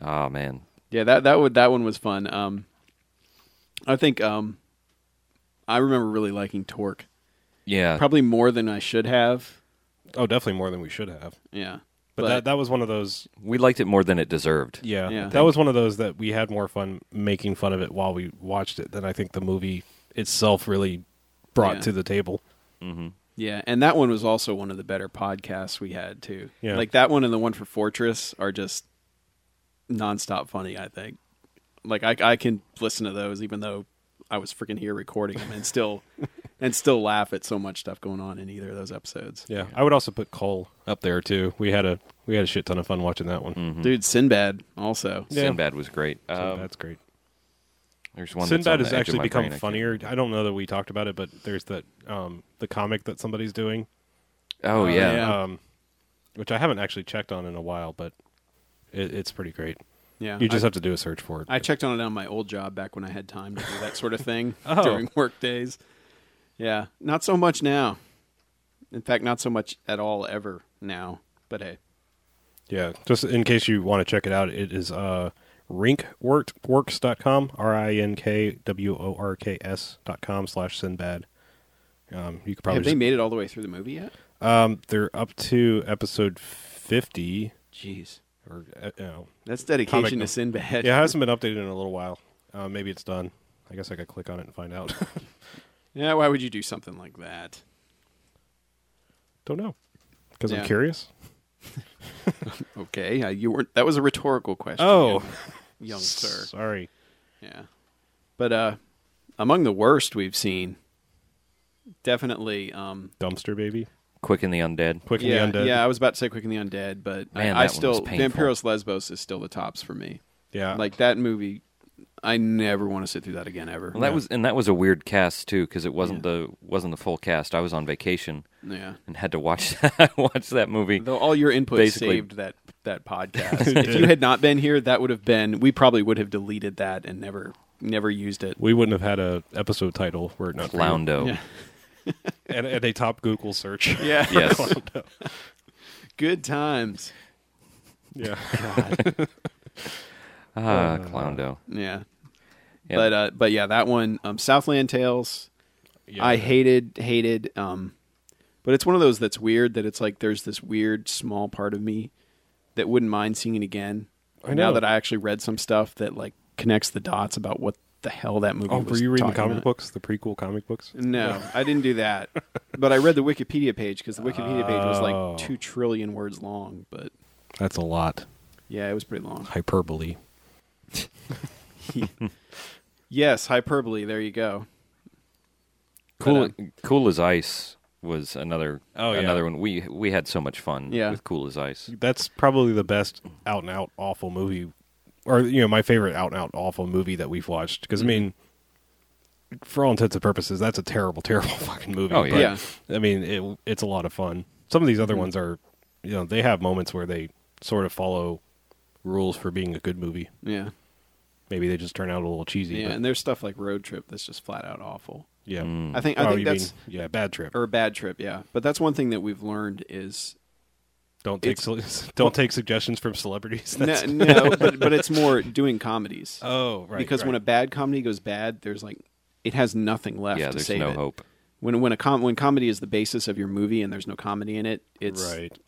Speaker 1: Oh man.
Speaker 3: Yeah, that that would that one was fun. Um, I think um, I remember really liking Torque,
Speaker 1: Yeah.
Speaker 3: probably more than I should have.
Speaker 2: oh, definitely more than we should have.
Speaker 3: Yeah,
Speaker 2: But, that that was one of those.
Speaker 1: we liked it more than it deserved.
Speaker 2: Yeah,
Speaker 3: Yeah.
Speaker 2: that was one of those that we had more fun making fun of it while we watched it than I think the movie itself really brought
Speaker 3: Yeah.
Speaker 2: to the table.
Speaker 3: yeah, and that one was also one of the better podcasts we had too.
Speaker 2: Yeah.
Speaker 3: like that one and the one for Fortress are just nonstop funny. I think. Like I I can listen to those even though I was freaking here recording them and
Speaker 2: [LAUGHS]
Speaker 3: still and still laugh at so much stuff going on in either of those episodes.
Speaker 2: Yeah, I would also put Cole up there too. We had a we had a shit ton of fun watching that one.
Speaker 3: Dude, Sinbad also.
Speaker 2: Mm-hmm. Yeah.
Speaker 1: Sinbad was great.
Speaker 2: So
Speaker 1: Mm. Um,
Speaker 2: that's great.
Speaker 1: there's one. that's on
Speaker 2: Sinbad
Speaker 1: the
Speaker 2: has
Speaker 1: edge of
Speaker 2: actually
Speaker 1: my
Speaker 2: become
Speaker 1: brain. I can't-
Speaker 2: funnier. I don't know that we talked about it, but there's that um, the comic that somebody's doing,
Speaker 1: Oh yeah.
Speaker 3: yeah.
Speaker 2: um, which I haven't actually checked on in a while, but it, it's pretty great.
Speaker 3: Yeah.
Speaker 2: You just
Speaker 3: I,
Speaker 2: have to do a search for it.
Speaker 3: I checked on it on my old job back when I had time to do that sort of thing
Speaker 2: [LAUGHS] Oh.
Speaker 3: during work days. Yeah, not so much now. In fact, not so much at all ever now. But hey,
Speaker 2: yeah, just in case you want to check it out, it is uh, rinkworkworks.com, R I N K W O R K S dot com slash Sinbad. Um, you could probably
Speaker 3: have they
Speaker 2: just-
Speaker 3: made it all the way through the movie yet?
Speaker 2: um, they're up to episode fifty
Speaker 3: Jeez,
Speaker 2: or uh, you know,
Speaker 3: that's dedication
Speaker 2: Comic
Speaker 3: to
Speaker 2: book.
Speaker 3: Sinbad.
Speaker 2: Yeah, it hasn't been updated in a little while. Uh, maybe it's done. I guess I could click on it and find out.
Speaker 3: [LAUGHS]
Speaker 2: [LAUGHS]
Speaker 3: yeah. Why would you do something like that?
Speaker 2: Don't know because
Speaker 3: Yeah.
Speaker 2: I'm curious.
Speaker 3: Okay, uh, you weren't. That was a rhetorical question.
Speaker 2: Oh.
Speaker 3: young, [LAUGHS] young sir.
Speaker 2: sorry.
Speaker 3: Yeah, but uh, among the worst we've seen, definitely um,
Speaker 2: Dumpster baby,
Speaker 1: Quick and the Undead.
Speaker 2: quick
Speaker 3: yeah,
Speaker 2: and the undead.
Speaker 3: Yeah, I was about to say Quick and the Undead, but
Speaker 1: Man, that
Speaker 3: I, I
Speaker 1: one
Speaker 3: still
Speaker 1: was painful.
Speaker 3: Vampiros Lesbos is still the tops for me.
Speaker 2: yeah.
Speaker 3: Like that movie, I never want to sit through that again ever.
Speaker 1: Well, that was and that was a weird cast too because it wasn't the wasn't the full cast. I was on vacation
Speaker 3: yeah.
Speaker 1: and had to watch [LAUGHS] that, watch that movie.
Speaker 3: Though all your input
Speaker 1: Basically-
Speaker 3: saved that
Speaker 2: [LAUGHS]
Speaker 3: that podcast. if you had not been here, that would have been. We probably would have deleted that and never never used it.
Speaker 2: we wouldn't have had a episode title were it not for you.
Speaker 1: [LAUGHS] Clowndo.
Speaker 3: Yeah.
Speaker 2: and, and a top Google search. [LAUGHS]
Speaker 3: [LAUGHS] Yeah.
Speaker 1: [LAUGHS] Yes.
Speaker 3: Good times. [LAUGHS]
Speaker 2: yeah.
Speaker 1: ah, Clowndo.
Speaker 3: Yeah.
Speaker 1: Yeah.
Speaker 3: But uh, but yeah, that one, um, Southland Tales.
Speaker 2: Yeah.
Speaker 3: I hated hated. Um, but it's one of those that's weird that it's like there's this weird small part of me that wouldn't mind seeing it again.
Speaker 2: I
Speaker 3: Now
Speaker 2: know.
Speaker 3: that I actually read some stuff that like connects the dots about what the hell that movie.
Speaker 2: Oh, were
Speaker 3: was
Speaker 2: you reading
Speaker 3: talking
Speaker 2: comic
Speaker 3: about.
Speaker 2: books? The prequel comic books?
Speaker 3: No, I didn't do that. But I read the Wikipedia page because the Wikipedia page was
Speaker 2: Oh.
Speaker 3: like two trillion words long. But
Speaker 2: That's a lot.
Speaker 3: yeah, it was pretty long.
Speaker 2: Hyperbole.
Speaker 3: yes, hyperbole. There you go.
Speaker 1: Cool,
Speaker 3: But, uh,
Speaker 1: cool as ice was another
Speaker 2: Oh, yeah.
Speaker 1: another one. We we had so much fun
Speaker 3: Yeah.
Speaker 1: with Cool as Ice.
Speaker 2: That's probably the best out and out awful movie, or you know, my favorite out and out awful movie that we've watched. Because
Speaker 3: Mm-hmm.
Speaker 2: I mean, for all intents and purposes, that's a terrible, [LAUGHS] terrible fucking movie.
Speaker 1: Oh, yeah.
Speaker 3: Yeah.
Speaker 2: I mean, it, it's a lot of fun. Some of these
Speaker 3: Mm-hmm.
Speaker 2: other ones are, you know, they have moments where they sort of follow rules for being a good movie.
Speaker 3: Yeah.
Speaker 2: Maybe they just turn out a little cheesy.
Speaker 3: Yeah,
Speaker 2: but-
Speaker 3: and there's stuff like Road Trip that's just flat out awful.
Speaker 2: Yeah.
Speaker 3: I think I
Speaker 2: oh,
Speaker 3: think
Speaker 2: you
Speaker 3: that's
Speaker 2: mean, yeah, bad trip.
Speaker 3: or a bad trip, yeah. But that's one thing that we've learned is
Speaker 2: don't take ce- [LAUGHS] don't take suggestions from celebrities. [LAUGHS] [LAUGHS]
Speaker 3: no,
Speaker 2: That's,
Speaker 3: no but, but it's more doing comedies.
Speaker 2: oh, right.
Speaker 3: because when a bad comedy goes bad, there's like it has nothing left.
Speaker 1: yeah,
Speaker 3: to
Speaker 1: there's
Speaker 3: save
Speaker 1: no
Speaker 3: it.
Speaker 1: hope.
Speaker 3: When when a com- when comedy is the basis of your movie and there's no comedy in it, it's
Speaker 2: right.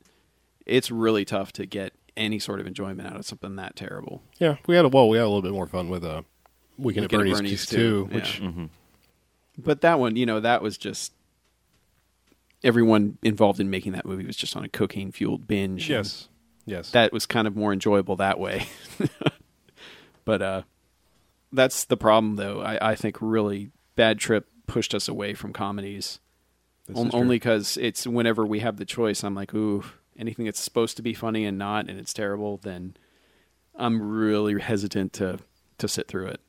Speaker 3: it's really tough to get any sort of enjoyment out of something that terrible.
Speaker 2: Yeah, we had a well, we had a little bit more fun with uh, Weekend,
Speaker 3: Weekend at
Speaker 2: at Bernie's,
Speaker 3: Bernie's
Speaker 2: too,
Speaker 3: too,
Speaker 2: which
Speaker 3: yeah. Mm-hmm. But that one, you know, that was just everyone involved in making that movie was just on a cocaine fueled binge.
Speaker 2: yes, yes,
Speaker 3: that was kind of more enjoyable that way. [LAUGHS] but uh, that's the problem, though. I, I think really Bad Trip pushed us away from comedies.
Speaker 2: This
Speaker 3: On-
Speaker 2: is true.
Speaker 3: only because it's whenever we have the choice, I'm like, ooh, anything that's supposed to be funny and not, and it's terrible, then I'm really hesitant to to sit through it.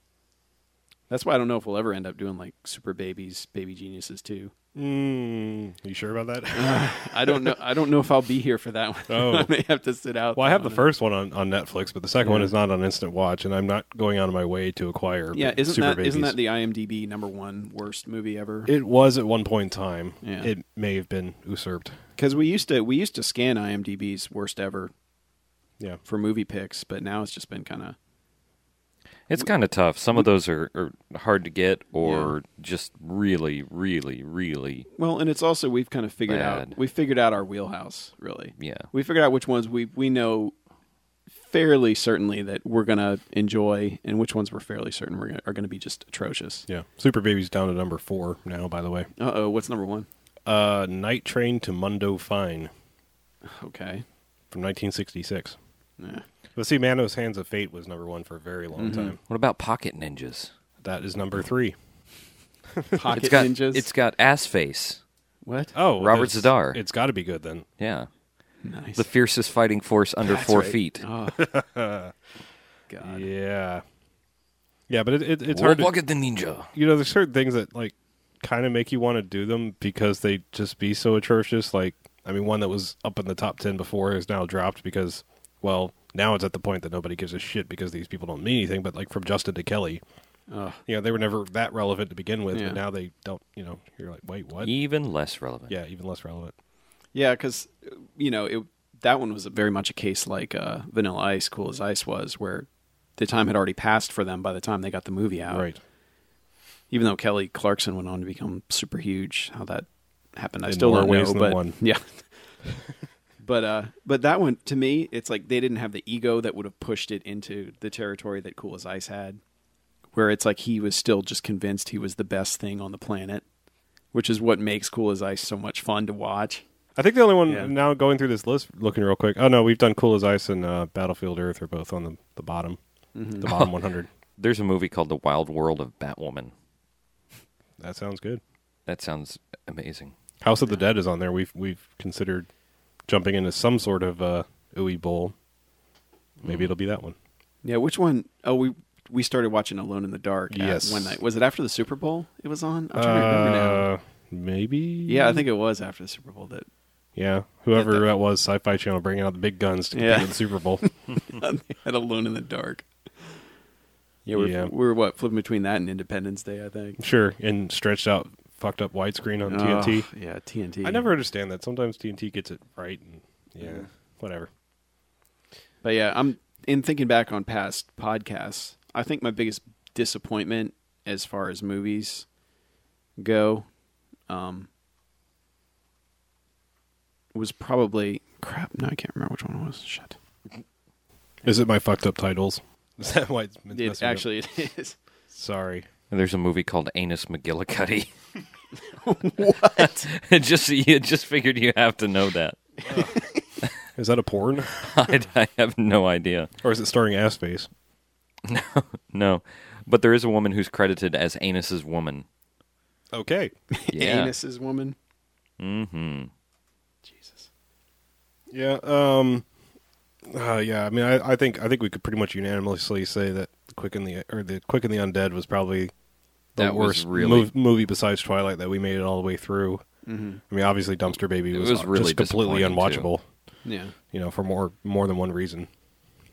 Speaker 3: That's why I don't know if we'll ever end up doing like Super Babies, Baby Geniuses too.
Speaker 2: Mm, you sure about that? [LAUGHS]
Speaker 3: I don't know. I don't know if I'll be here for that one. [LAUGHS]
Speaker 2: Oh.
Speaker 3: I may have to sit out.
Speaker 2: Well, I have the
Speaker 3: on it.
Speaker 2: first one on, on Netflix, but the second one
Speaker 3: Um, Yeah.
Speaker 2: is not on instant watch, and I'm not going out of my way to acquire.
Speaker 3: Yeah, isn't
Speaker 2: Super
Speaker 3: that
Speaker 2: Babies.
Speaker 3: not that the IMDb number one worst movie ever?
Speaker 2: It was at one point in time.
Speaker 3: Yeah.
Speaker 2: It may have been usurped.
Speaker 3: Because we used to we used to scan IMDb's worst ever
Speaker 2: Yeah,
Speaker 3: for movie picks, but now it's just been kind of
Speaker 1: It's kind of tough. Some of those are, are hard to get or just really, really, really.
Speaker 3: well, and it's also we've kind of figured
Speaker 1: Bad.
Speaker 3: out we figured out our wheelhouse really.
Speaker 1: Yeah.
Speaker 3: we figured out which ones we we know fairly certainly that we're gonna enjoy, and which ones we're fairly certain we're gonna, are gonna be just atrocious.
Speaker 2: yeah. Super Babies down to number four now. By the way,
Speaker 3: Uh oh, what's number one?
Speaker 2: uh, Night Train to Mundo Fine
Speaker 3: Okay,
Speaker 2: from 1966.
Speaker 3: yeah.
Speaker 2: But see, Manos Hands of Fate was number one for a very
Speaker 3: Mm-hmm.
Speaker 2: long time.
Speaker 1: What about Pocket Ninjas?
Speaker 2: That is number three.
Speaker 1: [LAUGHS]
Speaker 3: pocket
Speaker 1: it's got
Speaker 3: ninjas.
Speaker 1: it's got ass face.
Speaker 3: what?
Speaker 2: Oh,
Speaker 1: Robert
Speaker 2: that's-
Speaker 1: Zadar.
Speaker 2: It's got to be good then.
Speaker 1: Yeah,
Speaker 3: nice.
Speaker 1: the fiercest fighting force under four
Speaker 2: right.
Speaker 1: feet.
Speaker 3: oh.
Speaker 1: [LAUGHS]
Speaker 3: God.
Speaker 2: Yeah, yeah, but it, it, it's
Speaker 1: Well,
Speaker 2: hard. To,
Speaker 1: look at the ninja.
Speaker 2: you know, there's certain things that like kind of make you want to do them because they just be so atrocious. Like, I mean, one that was up in the top ten before is now dropped because, well, now it's at the point that nobody gives a shit because these people don't mean anything. But like from Justin to Kelly,
Speaker 3: Ugh.
Speaker 2: you know, they were never that relevant to begin with,
Speaker 3: Yeah.
Speaker 2: but now they don't. You know, you're like, wait, what?
Speaker 1: Even less relevant.
Speaker 2: Yeah, even less relevant.
Speaker 3: Yeah, because you know it, that one was very much a case like uh, Vanilla Ice, Cool as Ice was, where the time had already passed for them by the time they got the movie out.
Speaker 2: Right.
Speaker 3: Even though Kelly Clarkson went on to become super huge, how that happened, I
Speaker 2: In
Speaker 3: still
Speaker 2: more
Speaker 3: don't
Speaker 2: ways than
Speaker 3: know. but
Speaker 2: one.
Speaker 3: [LAUGHS] yeah. But uh, but that one to me, it's like they didn't have the ego that would have pushed it into the territory that Cool as Ice had, where it's like he was still just convinced he was the best thing on the planet, which is what makes Cool as Ice so much fun to watch.
Speaker 2: I think the only one
Speaker 3: Yeah.
Speaker 2: now going through this list, looking real quick. Oh no, we've done Cool as Ice and uh, Battlefield Earth are both on the, the bottom,
Speaker 3: Mm-hmm.
Speaker 2: the
Speaker 3: [LAUGHS]
Speaker 2: bottom 100.
Speaker 1: There's a movie called The Wild World of Batwoman.
Speaker 2: That sounds good.
Speaker 1: That sounds amazing.
Speaker 2: House of the Dead is on there. We've we've considered jumping into some sort of uh, ooey bowl. Maybe it'll be that one.
Speaker 3: Yeah, which one oh we we started watching Alone in the Dark. at
Speaker 2: Yes.
Speaker 3: one night was it after the Super Bowl? It was on. I'm trying to remember now.
Speaker 2: Uh, Maybe.
Speaker 3: Yeah, I think it was after the Super Bowl that [LAUGHS]
Speaker 2: Yeah, whoever
Speaker 3: Yeah, that-
Speaker 2: that was, Sci-Fi Channel bringing out the big guns to compete
Speaker 3: Yeah.
Speaker 2: with the Super
Speaker 3: [LAUGHS]
Speaker 2: Bowl.
Speaker 3: they had Alone in the Dark. Yeah, we're,
Speaker 2: Yeah.
Speaker 3: we're what flipping between that and Independence Day, I think.
Speaker 2: sure, and stretched out, fucked up widescreen on TNT.
Speaker 3: Oh, yeah, TNT.
Speaker 2: I never understand that. Sometimes TNT gets it right, and yeah. whatever.
Speaker 3: But yeah, I'm in thinking back on past podcasts. I think my biggest disappointment as far as movies go um, was probably crap. No, I can't remember which one it was. Shit.
Speaker 2: Is it my fucked up titles? [LAUGHS] Is that why it's messing me up?
Speaker 3: It, actually, [LAUGHS] it is.
Speaker 2: Sorry.
Speaker 1: There's a movie called Anus McGillicuddy. [LAUGHS] what? it just you just figured you have to know that. [LAUGHS]
Speaker 2: Is that a porn? [LAUGHS]
Speaker 1: I, I have no idea.
Speaker 2: or is it starring ass face?
Speaker 1: No, but there is a woman who's credited as Anus's woman.
Speaker 2: Okay.
Speaker 1: Yeah.
Speaker 3: Anus's woman.
Speaker 1: Mm-hmm.
Speaker 3: Jesus.
Speaker 2: Yeah. Um. Uh, yeah. I mean, I, I think I think we could pretty much unanimously say that Quick and the or the Quick and the Undead was probably the
Speaker 1: That was
Speaker 2: worst
Speaker 1: really- Mm-hmm.
Speaker 2: mov- movie besides Twilight that we made it all the way through. I mean, obviously Dumpster Baby
Speaker 1: It
Speaker 2: was,
Speaker 1: was
Speaker 2: uh,
Speaker 1: really
Speaker 2: just completely
Speaker 1: disappointing, too.
Speaker 2: unwatchable.
Speaker 3: Yeah.
Speaker 2: You know, for more more than one reason.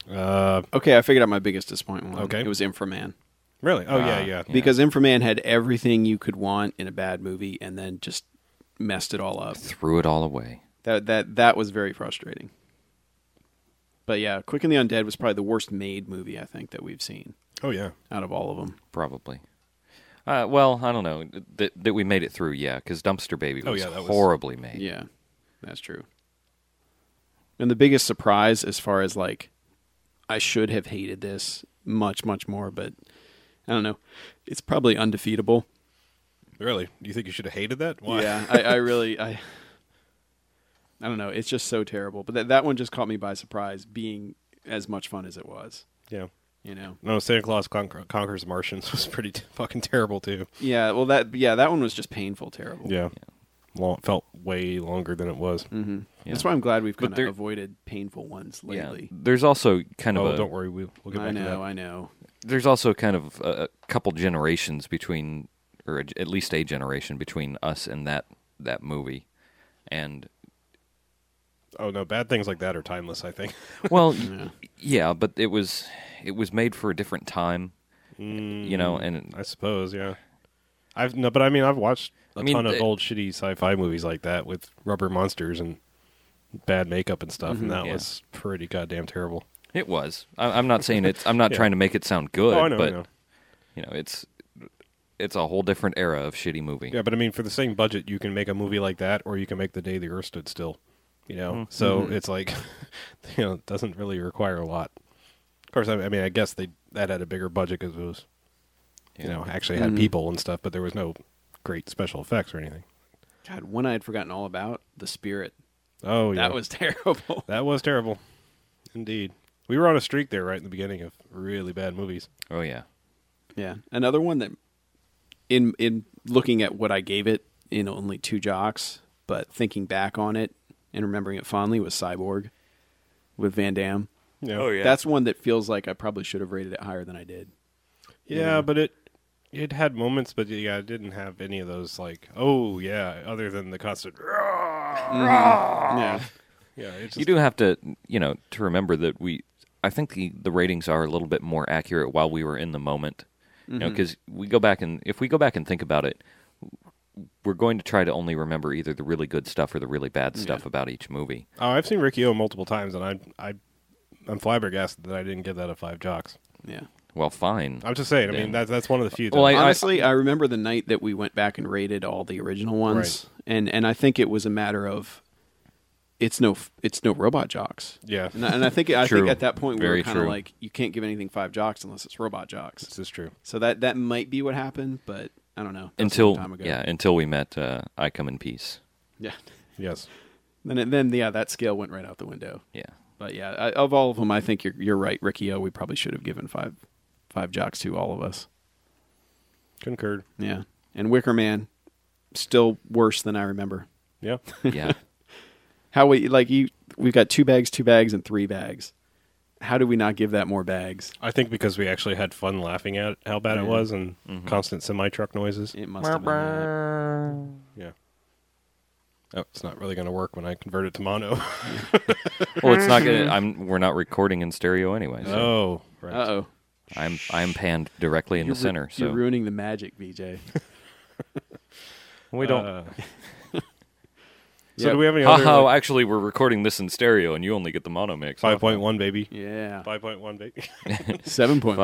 Speaker 3: Okay, I figured out my biggest disappointment.
Speaker 2: Okay.
Speaker 3: It was Inframan.
Speaker 2: Really? Oh
Speaker 1: Uh,
Speaker 2: yeah, yeah.
Speaker 3: because Infoman had everything you could want in a bad movie, and then just messed it all up.
Speaker 1: Threw it all away.
Speaker 3: That that that was very frustrating. But yeah, Quick and the Undead was probably the worst made movie I think that we've seen
Speaker 2: Oh yeah.
Speaker 3: out of all of them.
Speaker 1: Probably. Uh, well, I don't know that that we made it through. Yeah, because Dumpster Baby was,
Speaker 2: Oh, yeah, that was-
Speaker 1: horribly made.
Speaker 3: Yeah, that's true. And the biggest surprise, as far as like, I should have hated this much, much more, but I don't know. It's probably undefeatable.
Speaker 2: Really? Do you think you should have hated that? Why?
Speaker 3: Yeah, I, I really, I, I don't know. It's just so terrible. But that that one just caught me by surprise, being as much fun as it was.
Speaker 2: Yeah.
Speaker 3: You know.
Speaker 2: No, Santa Claus Conquer- Conquers the Martians [LAUGHS] was pretty t- fucking terrible too.
Speaker 3: Yeah. Well, that yeah, that one was just painful, terrible.
Speaker 2: Yeah. Long, felt way longer than it was.
Speaker 1: Mm-hmm.
Speaker 3: That's why I'm glad we've
Speaker 1: But
Speaker 3: kind
Speaker 1: there-
Speaker 3: of avoided painful ones
Speaker 1: Yeah.
Speaker 3: lately.
Speaker 1: There's also kind of
Speaker 2: Oh,
Speaker 1: a,
Speaker 2: don't worry, we'll, we'll get back
Speaker 3: I
Speaker 2: to that.
Speaker 3: know, I know.
Speaker 1: there's also kind of a, a couple generations between, or a, at least a generation between us and that that movie, and
Speaker 2: Oh no, bad things like that are timeless. I think. [LAUGHS]
Speaker 1: well, yeah. but it was it was made for a different time, you know,
Speaker 2: Mm.
Speaker 1: and
Speaker 2: I suppose. Yeah. I've no, but I mean, I've watched a
Speaker 1: I mean,
Speaker 2: ton of
Speaker 1: the-
Speaker 2: old shitty sci-fi movies like that with rubber monsters and bad makeup and stuff, and that
Speaker 1: Mm-hmm, Yeah.
Speaker 2: was pretty goddamn terrible.
Speaker 1: it was. I, I'm not saying it's. I'm not
Speaker 2: [LAUGHS] Yeah.
Speaker 1: trying to make it sound good,
Speaker 2: oh, I know,
Speaker 1: but
Speaker 2: I know.
Speaker 1: you know, it's it's a whole different era of shitty movie.
Speaker 2: Yeah, but I mean, for the same budget, you can make a movie like that, or you can make The Day the Earth Stood Still. You know, so
Speaker 1: Mm-hmm.
Speaker 2: it's like, [LAUGHS] you know, it doesn't really require a lot. Of course, I I mean, I guess they that had a bigger budget because it was, you know, actually had people and stuff, but there was no great special effects or anything.
Speaker 3: God, one I had forgotten all about the spirit.
Speaker 2: Oh, yeah,
Speaker 3: That was
Speaker 2: [LAUGHS]
Speaker 3: [LAUGHS] terrible.
Speaker 2: that was terrible, indeed. We were on a streak there right in the beginning of really bad movies.
Speaker 1: Oh yeah.
Speaker 3: Yeah, another one that, in in looking at what I gave it in only two jocks, but thinking back on it and remembering it fondly was Cyborg, with Van Damme.
Speaker 2: You
Speaker 1: Oh,
Speaker 2: know? Oh, yeah,
Speaker 3: That's one that feels like I probably should have rated it higher than I did.
Speaker 2: yeah, but it it had moments, but yeah, it didn't have any of those like, oh yeah, other than the constant.
Speaker 3: Yeah,
Speaker 2: Yeah, it's just,
Speaker 1: you do have to you know to remember that we i think the, the ratings are a little bit more accurate while we were in the moment you know because we go back and if we go back and think about it we're going to try to only remember either the really good stuff or the really bad stuff about each movie
Speaker 2: Oh, I've seen Ricky O multiple times, and I, I, I'm flabbergasted that I didn't give that a five jocks.
Speaker 3: yeah.
Speaker 1: well fine
Speaker 2: I'm just saying. I mean,
Speaker 1: Damn.
Speaker 2: that's that's one of the few.
Speaker 1: Well,
Speaker 2: that-
Speaker 1: I-
Speaker 3: Honestly, I, remember the night that we went back and rated all the original ones, and and I think it was a matter of it's no it's no robot jocks.
Speaker 2: yeah,
Speaker 3: And I, and I think I
Speaker 1: True.
Speaker 3: think at that point we
Speaker 1: Very
Speaker 3: were kind of
Speaker 1: true.
Speaker 3: like you can't give anything five jocks unless it's robot jocks.
Speaker 2: this is true.
Speaker 3: So that that might be what happened, but I don't know. That was a long
Speaker 1: until
Speaker 3: time ago.
Speaker 1: yeah until we met uh, i come in peace
Speaker 3: yeah.
Speaker 2: Yes,
Speaker 3: Then it, then yeah, that scale went right out the window.
Speaker 1: yeah
Speaker 3: But yeah, I, of all of them, I think you're you're right, Ricky. O, we probably should have given five five jocks to all of us.
Speaker 2: concurred.
Speaker 3: Yeah, and Wicker Man still worse than I remember.
Speaker 2: Yeah, [LAUGHS]
Speaker 1: yeah
Speaker 3: How we like you? We've got two bags, two bags, and three bags. How did we not give that more bags?
Speaker 2: I think because we actually had fun laughing at how bad it was and
Speaker 1: Mm-hmm.
Speaker 2: constant semi truck noises.
Speaker 3: It must have been. that.
Speaker 2: Yeah. Oh, it's not really going to work when I convert it to mono. [LAUGHS]
Speaker 1: well it's not gonna i'm we're not recording in stereo anyway so
Speaker 2: oh, right.
Speaker 3: Uh oh.
Speaker 1: i'm i'm panned directly in
Speaker 3: You're
Speaker 1: the
Speaker 3: ru-
Speaker 1: center so
Speaker 3: You're ruining the magic, BJ.
Speaker 1: we don't
Speaker 2: [LAUGHS] Uh, so
Speaker 3: Yep.
Speaker 2: do we have any
Speaker 1: Ha
Speaker 2: other
Speaker 1: ha! actually, we're recording this in stereo, and you only get the mono mix.
Speaker 2: five point one baby?
Speaker 3: yeah.
Speaker 2: Five point one baby. [LAUGHS]
Speaker 3: Seven point.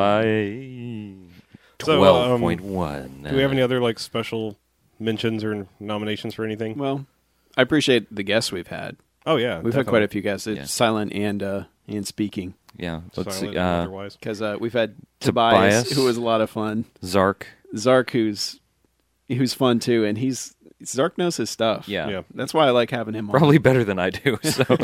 Speaker 2: So,
Speaker 1: Twelve
Speaker 2: um,
Speaker 1: point one. Uh,
Speaker 2: do we have any other like special mentions or nominations for anything?
Speaker 3: Well, I appreciate the guests we'ves had.
Speaker 2: oh yeah,
Speaker 3: We've had
Speaker 2: definitely.
Speaker 3: quite a few guests,
Speaker 1: Yeah.
Speaker 3: it's silent and uh, and speaking.
Speaker 1: Yeah. Let's
Speaker 2: silent
Speaker 1: see.
Speaker 2: and
Speaker 1: Uh,
Speaker 2: otherwise.
Speaker 3: Because uh, we've had Tobias,
Speaker 1: Tobias.
Speaker 3: who was a lot of fun.
Speaker 1: Zark.
Speaker 3: Zark, who's who's fun too, and he's Zark knows his stuff.
Speaker 1: Yeah.
Speaker 2: Yeah.
Speaker 3: that's why I like having him.
Speaker 1: Probably better than I do,
Speaker 2: [LAUGHS]
Speaker 1: so
Speaker 3: on.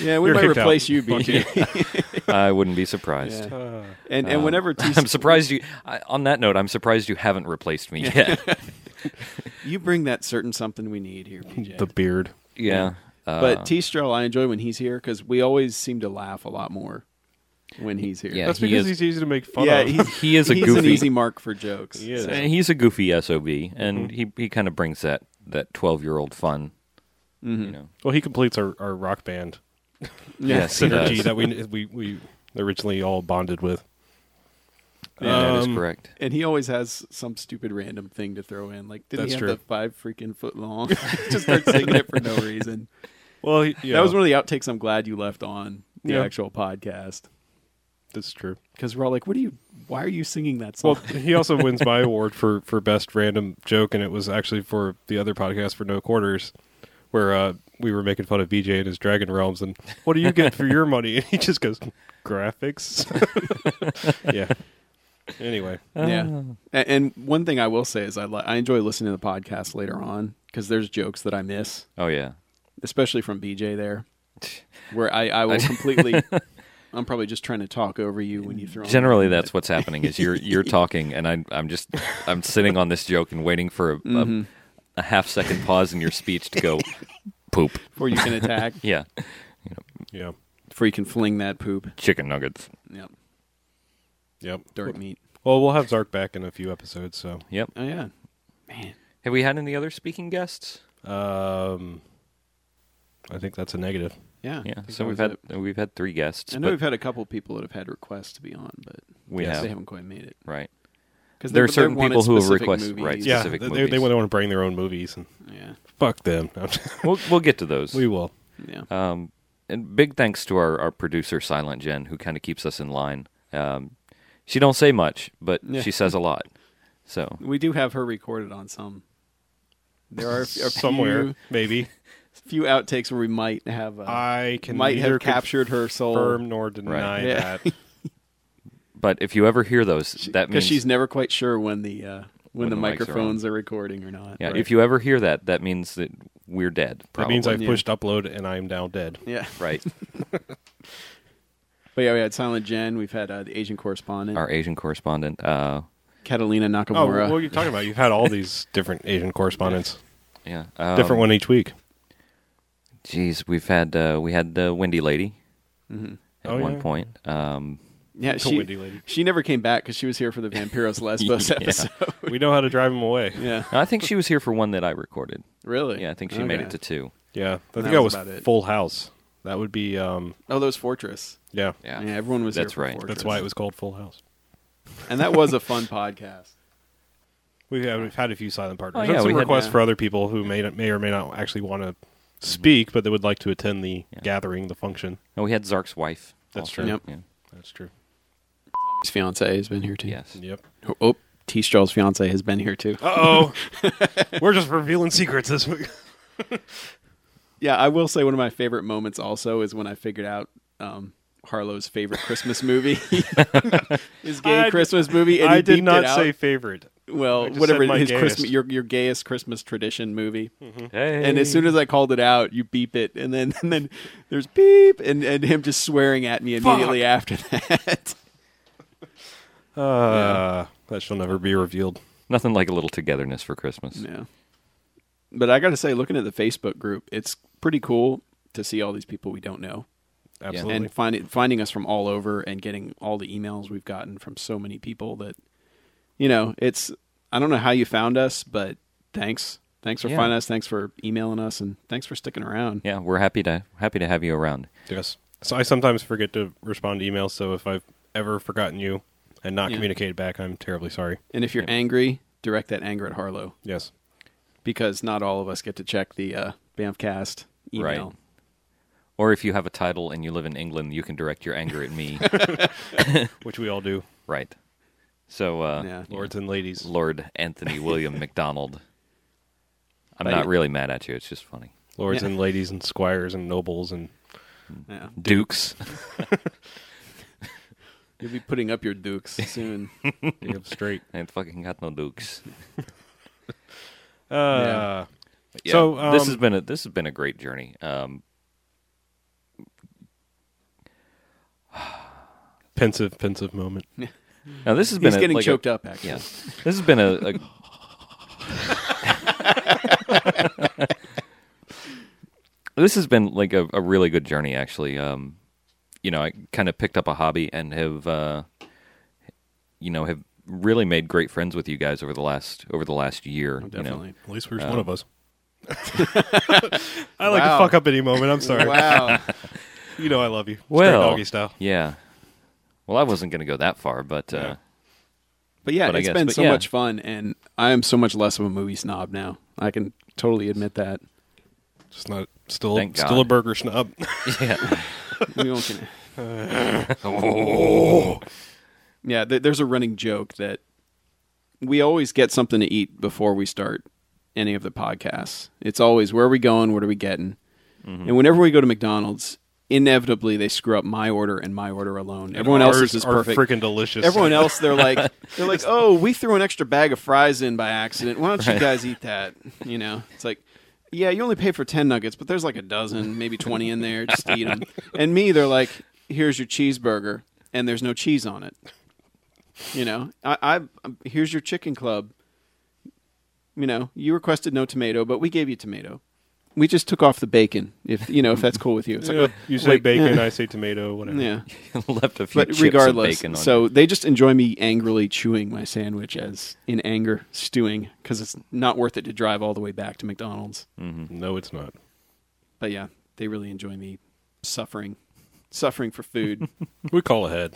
Speaker 3: yeah, we
Speaker 2: You're
Speaker 3: might
Speaker 2: kicked out.
Speaker 3: replace you, BJ.
Speaker 1: I wouldn't be surprised.
Speaker 3: Yeah. [LAUGHS] And and whenever T-
Speaker 1: [LAUGHS] I'm surprised you. I, on that note, I'm surprised you haven't replaced me
Speaker 2: [LAUGHS]
Speaker 1: yet.
Speaker 3: you bring that certain something we need here, BJ.
Speaker 2: The beard.
Speaker 1: yeah. Uh,
Speaker 3: but T Strel, I enjoy when he's here because we always seem to laugh a lot more when he's here.
Speaker 1: Yeah,
Speaker 2: That's
Speaker 1: he
Speaker 2: because
Speaker 1: is-
Speaker 2: he's easy to make fun
Speaker 3: yeah,
Speaker 2: of.
Speaker 3: he's,
Speaker 1: [LAUGHS] He is a
Speaker 3: he's an
Speaker 1: goofy-
Speaker 3: easy mark for jokes.
Speaker 2: He is.
Speaker 1: uh, he's a goofy sob,
Speaker 2: Mm-hmm.
Speaker 1: and he he kind of brings that that twelve year old fun. You know.
Speaker 2: [LAUGHS] well, he completes our, our rock band
Speaker 1: Yes, he
Speaker 2: synergy
Speaker 3: [LAUGHS]
Speaker 1: does.
Speaker 2: that we, we we originally all bonded with.
Speaker 1: that is
Speaker 2: Um,
Speaker 1: correct.
Speaker 3: And he always has some stupid random thing to throw in. Like, didn't
Speaker 2: That's
Speaker 3: he have
Speaker 2: true.
Speaker 3: the five freaking
Speaker 2: [LAUGHS]
Speaker 3: foot long? [LAUGHS] Just start singing it for no reason.
Speaker 2: Well, he, yeah,
Speaker 3: That was one of the outtakes I'm glad you left on the
Speaker 2: Yeah.
Speaker 3: actual podcast.
Speaker 2: that's true.
Speaker 3: Because we're all like, what are you, why are you singing that
Speaker 2: Well, [LAUGHS]
Speaker 3: song?
Speaker 2: he also wins my award for for best random joke, and it was actually for the other podcast for No Quarters, where uh, we were making fun of BJ and his Dragon Realms, and what do you get for your money? [LAUGHS] And he just goes, graphics. [LAUGHS] yeah. Anyway,
Speaker 3: yeah.
Speaker 1: Oh.
Speaker 3: A- And one thing I will say is I, li- I enjoy listening to the podcast later on because there's jokes that I miss,
Speaker 1: Oh yeah.
Speaker 3: especially from
Speaker 1: [LAUGHS]
Speaker 3: BJ there, where I, I will completely, I'm probably just trying to talk over you when you throw
Speaker 1: Generally, that's
Speaker 3: [LAUGHS]
Speaker 1: what's happening is you're you're talking, and I'm I'm just I'm sitting on this joke and waiting for a,
Speaker 3: Mm-hmm.
Speaker 1: a, a half second pause in your speech to go poop.
Speaker 3: Before you can attack,
Speaker 1: [LAUGHS] Yeah,
Speaker 2: yeah,
Speaker 3: before you can fling that poop.
Speaker 1: chicken nuggets.
Speaker 3: Yep.
Speaker 2: yep.
Speaker 3: Dirt meat.
Speaker 2: Well, we'll have Zark back in a few episodes, so
Speaker 1: Yep.
Speaker 3: Oh, yeah. Man.
Speaker 1: Have we had any other speaking guests?
Speaker 2: um, I think that's a negative.
Speaker 3: Yeah. I
Speaker 1: Yeah.
Speaker 3: think
Speaker 1: So
Speaker 3: that
Speaker 1: we've
Speaker 3: was
Speaker 1: had
Speaker 3: it.
Speaker 1: we've had three guests.
Speaker 3: I know
Speaker 1: but
Speaker 3: we've had a couple people that have had requests to be on, but
Speaker 1: we
Speaker 2: Yes.
Speaker 1: have
Speaker 3: they haven't quite made it.
Speaker 1: right.
Speaker 3: Because
Speaker 1: There are certain people who have requested- right.
Speaker 2: Yeah, they,
Speaker 1: Specific
Speaker 2: they, they
Speaker 1: movies.
Speaker 2: want to bring their own movies, and
Speaker 3: Yeah.
Speaker 2: fuck them. [LAUGHS]
Speaker 1: We'll we'll get to
Speaker 3: [LAUGHS]
Speaker 1: those.
Speaker 2: we will.
Speaker 3: Yeah.
Speaker 1: Um, and big thanks to our, our producer Silent Jen, who kind of keeps us in line. Um, she don't say much, but
Speaker 3: Yeah.
Speaker 1: she says a lot. So
Speaker 3: we do have her recorded on some. There are a f- a
Speaker 2: Somewhere,
Speaker 3: few,
Speaker 2: maybe.
Speaker 3: few outtakes where we might have uh,
Speaker 2: I can
Speaker 3: might
Speaker 2: neither
Speaker 3: have captured her soul
Speaker 2: confirm nor deny
Speaker 1: Right.
Speaker 3: [LAUGHS] Yeah.
Speaker 2: that.
Speaker 1: But if you ever hear those, that means
Speaker 3: because she's never quite sure when the uh, when,
Speaker 1: When
Speaker 3: the,
Speaker 1: the mics are
Speaker 3: microphones are, recording or not.
Speaker 1: yeah.
Speaker 3: right?
Speaker 1: If you ever hear that, that means that we're dead.
Speaker 2: That
Speaker 1: Probably.
Speaker 2: means I
Speaker 3: Yeah.
Speaker 2: pushed upload and I am now dead.
Speaker 3: [LAUGHS] yeah.
Speaker 1: [LAUGHS]
Speaker 2: [LAUGHS]
Speaker 1: right.
Speaker 3: But yeah, we had Silent Jen. We've had uh, the Asian correspondent
Speaker 1: Our Asian correspondent. Uh,
Speaker 3: Catalina
Speaker 2: Oh,
Speaker 3: Nakamura.
Speaker 2: what are you talking about? You've had all these [LAUGHS] different Asian
Speaker 3: [LAUGHS]
Speaker 2: correspondents,
Speaker 1: yeah. Um,
Speaker 2: different one each week.
Speaker 1: Geez, we've had uh, we had the Windy Lady at
Speaker 3: Mm-hmm.
Speaker 2: Oh,
Speaker 1: one
Speaker 2: yeah.
Speaker 1: point. Um,
Speaker 3: yeah,
Speaker 2: To
Speaker 3: she,
Speaker 2: Wendy lady.
Speaker 3: she never came back because she was here for the
Speaker 1: [LAUGHS]
Speaker 3: Vampiros Lesbos
Speaker 1: Yeah.
Speaker 3: episode. [LAUGHS]
Speaker 2: We know how to drive them away.
Speaker 3: Yeah,
Speaker 1: I think she was here for one that I recorded.
Speaker 3: really.
Speaker 1: Yeah, I think she made
Speaker 3: Okay.
Speaker 1: it to two.
Speaker 2: Yeah, I
Speaker 3: That
Speaker 2: think that was,
Speaker 3: was about it.
Speaker 2: Full House. That would be, um,
Speaker 3: Oh, those Fortress.
Speaker 2: yeah,
Speaker 1: Yeah.
Speaker 3: Yeah, everyone was
Speaker 1: That's
Speaker 3: here for
Speaker 1: right.
Speaker 3: Fortress.
Speaker 2: That's why it was called Full House.
Speaker 3: and that was a fun [LAUGHS] podcast.
Speaker 2: We've had, we've had a few silent partners.
Speaker 1: Oh,
Speaker 2: There's
Speaker 1: yeah,
Speaker 2: some
Speaker 1: we had-
Speaker 2: requests
Speaker 3: yeah.
Speaker 2: for other people who may may or may not actually want to speak, but they would like to attend the gathering, the function.
Speaker 1: And we had Zark's wife.
Speaker 2: That's
Speaker 1: also.
Speaker 2: true.
Speaker 3: Yep.
Speaker 1: Yeah.
Speaker 2: That's true.
Speaker 3: His fiance has been here too.
Speaker 1: Yes.
Speaker 2: [LAUGHS] Yep.
Speaker 3: Oh, Oh, T. Stroll's fiance has been here too.
Speaker 2: Uh oh, we're just revealing secrets this week.
Speaker 3: Yeah, I will say one of my favorite moments also is when I figured out um, Harlow's favorite Christmas [LAUGHS] movie, his gay
Speaker 2: I did-
Speaker 3: Christmas movie. And
Speaker 2: I
Speaker 3: he
Speaker 2: did
Speaker 3: beeped
Speaker 2: not
Speaker 3: it out.
Speaker 2: say favorite. I
Speaker 3: well,
Speaker 2: just
Speaker 3: whatever
Speaker 2: said my
Speaker 3: his
Speaker 2: gayest. Mm-hmm.
Speaker 3: Christmas, your your gayest Christmas tradition movie.
Speaker 1: Hey.
Speaker 3: And as soon as I called it out, you beep it, and then [LAUGHS] and then there's beep, and and him just swearing at me immediately after that. [LAUGHS]
Speaker 2: Uh, That shall never be revealed.
Speaker 1: nothing like a little togetherness for Christmas.
Speaker 3: Yeah. But I got to say, looking at the Facebook group, it's pretty cool to see all these people we don't know
Speaker 2: Absolutely.
Speaker 3: and finding finding us from all over and getting all the emails we've gotten from so many people that, you know, it's I don't know how you found us, but thanks, thanks for
Speaker 1: Yeah.
Speaker 3: finding us, thanks for emailing us, and thanks for sticking around.
Speaker 1: Yeah, we're happy to happy to have you around.
Speaker 2: yes. So I sometimes forget to respond to emails, so if I've ever forgotten you and not
Speaker 3: Yeah.
Speaker 2: communicated back, I'm terribly sorry.
Speaker 3: And if you're angry, direct that anger at Harlow
Speaker 2: Yes.
Speaker 3: because not all of us get to check the uh, Bamfcast email.
Speaker 1: Right. Or if you have a title and you live in England, you can direct your anger at
Speaker 3: [LAUGHS]
Speaker 1: me.
Speaker 2: Which we all do.
Speaker 1: right. So, uh,
Speaker 3: Yeah.
Speaker 2: Lords and ladies.
Speaker 1: Lord Anthony William MacDonald.
Speaker 3: [LAUGHS]
Speaker 1: I'm
Speaker 3: Right.
Speaker 1: not really mad at you. It's just funny.
Speaker 2: Lords
Speaker 3: Yeah.
Speaker 2: and ladies and squires and nobles
Speaker 3: [LAUGHS]
Speaker 2: and
Speaker 3: Yeah.
Speaker 1: Dukes. [LAUGHS]
Speaker 3: You'll be putting up your dukes
Speaker 1: [LAUGHS]
Speaker 3: soon.
Speaker 2: you have straight.
Speaker 1: I ain't fucking got no dukes.
Speaker 2: Uh,
Speaker 3: Yeah.
Speaker 1: Yeah,
Speaker 2: So, um,
Speaker 1: this has been a this has been a great journey. Um,
Speaker 2: Pensive, pensive moment.
Speaker 1: now this has been
Speaker 3: He's
Speaker 1: a,
Speaker 3: getting
Speaker 1: like a-
Speaker 3: choked up, actually.
Speaker 1: Yeah, [LAUGHS] this has been a,
Speaker 3: [LAUGHS]
Speaker 1: a this has been like a, a really good journey, actually. Um, you know, I kind of picked up a hobby and have uh, you know have really made great friends with you guys over the last over the last year.
Speaker 3: Oh, Definitely.
Speaker 1: You know?
Speaker 2: At least we're one of
Speaker 3: [LAUGHS]
Speaker 2: us. [LAUGHS] I like
Speaker 3: Oh. Wow.
Speaker 2: to fuck up any moment. I'm sorry.
Speaker 3: Wow.
Speaker 2: You know I love you. Straight
Speaker 1: Well,
Speaker 2: doggy style.
Speaker 1: yeah. Well, I wasn't going to go that far, but uh,
Speaker 3: But yeah,
Speaker 1: But I
Speaker 3: it's
Speaker 1: guess-
Speaker 3: been
Speaker 1: but
Speaker 3: so
Speaker 1: yeah.
Speaker 3: much fun, and I am so much less of a movie snob now. I can totally admit that.
Speaker 2: Just not still
Speaker 1: Thank
Speaker 2: still
Speaker 1: God.
Speaker 2: a burger snob.
Speaker 1: [LAUGHS] Yeah.
Speaker 3: We won't get-
Speaker 1: [LAUGHS]
Speaker 3: yeah, th- there's a running joke that we always get something to eat before we start any of the podcasts. It's always where are we going? What are we getting?
Speaker 1: Mm-hmm.
Speaker 3: And whenever we go to McDonald's, inevitably they screw up my order and my order alone. Everyone
Speaker 2: Ours
Speaker 3: else's is
Speaker 2: are
Speaker 3: perfect.
Speaker 2: freaking delicious.
Speaker 3: Everyone else, they're like, [LAUGHS] they're like, oh, we threw an extra bag of fries in by accident. Why don't you guys eat that? You know, it's like, yeah, you only pay for ten nuggets, but there's like a dozen, maybe twenty in there. Just eat them. And me, they're like, here's your cheeseburger, and there's no cheese on it. You know, I, I I'm- here's your chicken club. You know, you requested no tomato, but we gave you tomato. We just took off the bacon, if you know, if that's cool with you.
Speaker 2: [LAUGHS]
Speaker 3: It's
Speaker 2: Yeah,
Speaker 3: like,
Speaker 2: you say
Speaker 3: wait,
Speaker 2: bacon, I say tomato, whatever.
Speaker 3: yeah
Speaker 1: Left a few
Speaker 3: but
Speaker 1: chips
Speaker 3: regardless,
Speaker 1: and bacon on
Speaker 3: so they just enjoy me angrily chewing my sandwich as in anger stewing because it's not worth it to drive all the way back to McDonald's.
Speaker 1: Mm.
Speaker 2: Mm, No, it's not.
Speaker 3: But yeah, they really enjoy me suffering, suffering
Speaker 1: [LAUGHS]
Speaker 3: for food.
Speaker 2: We call ahead.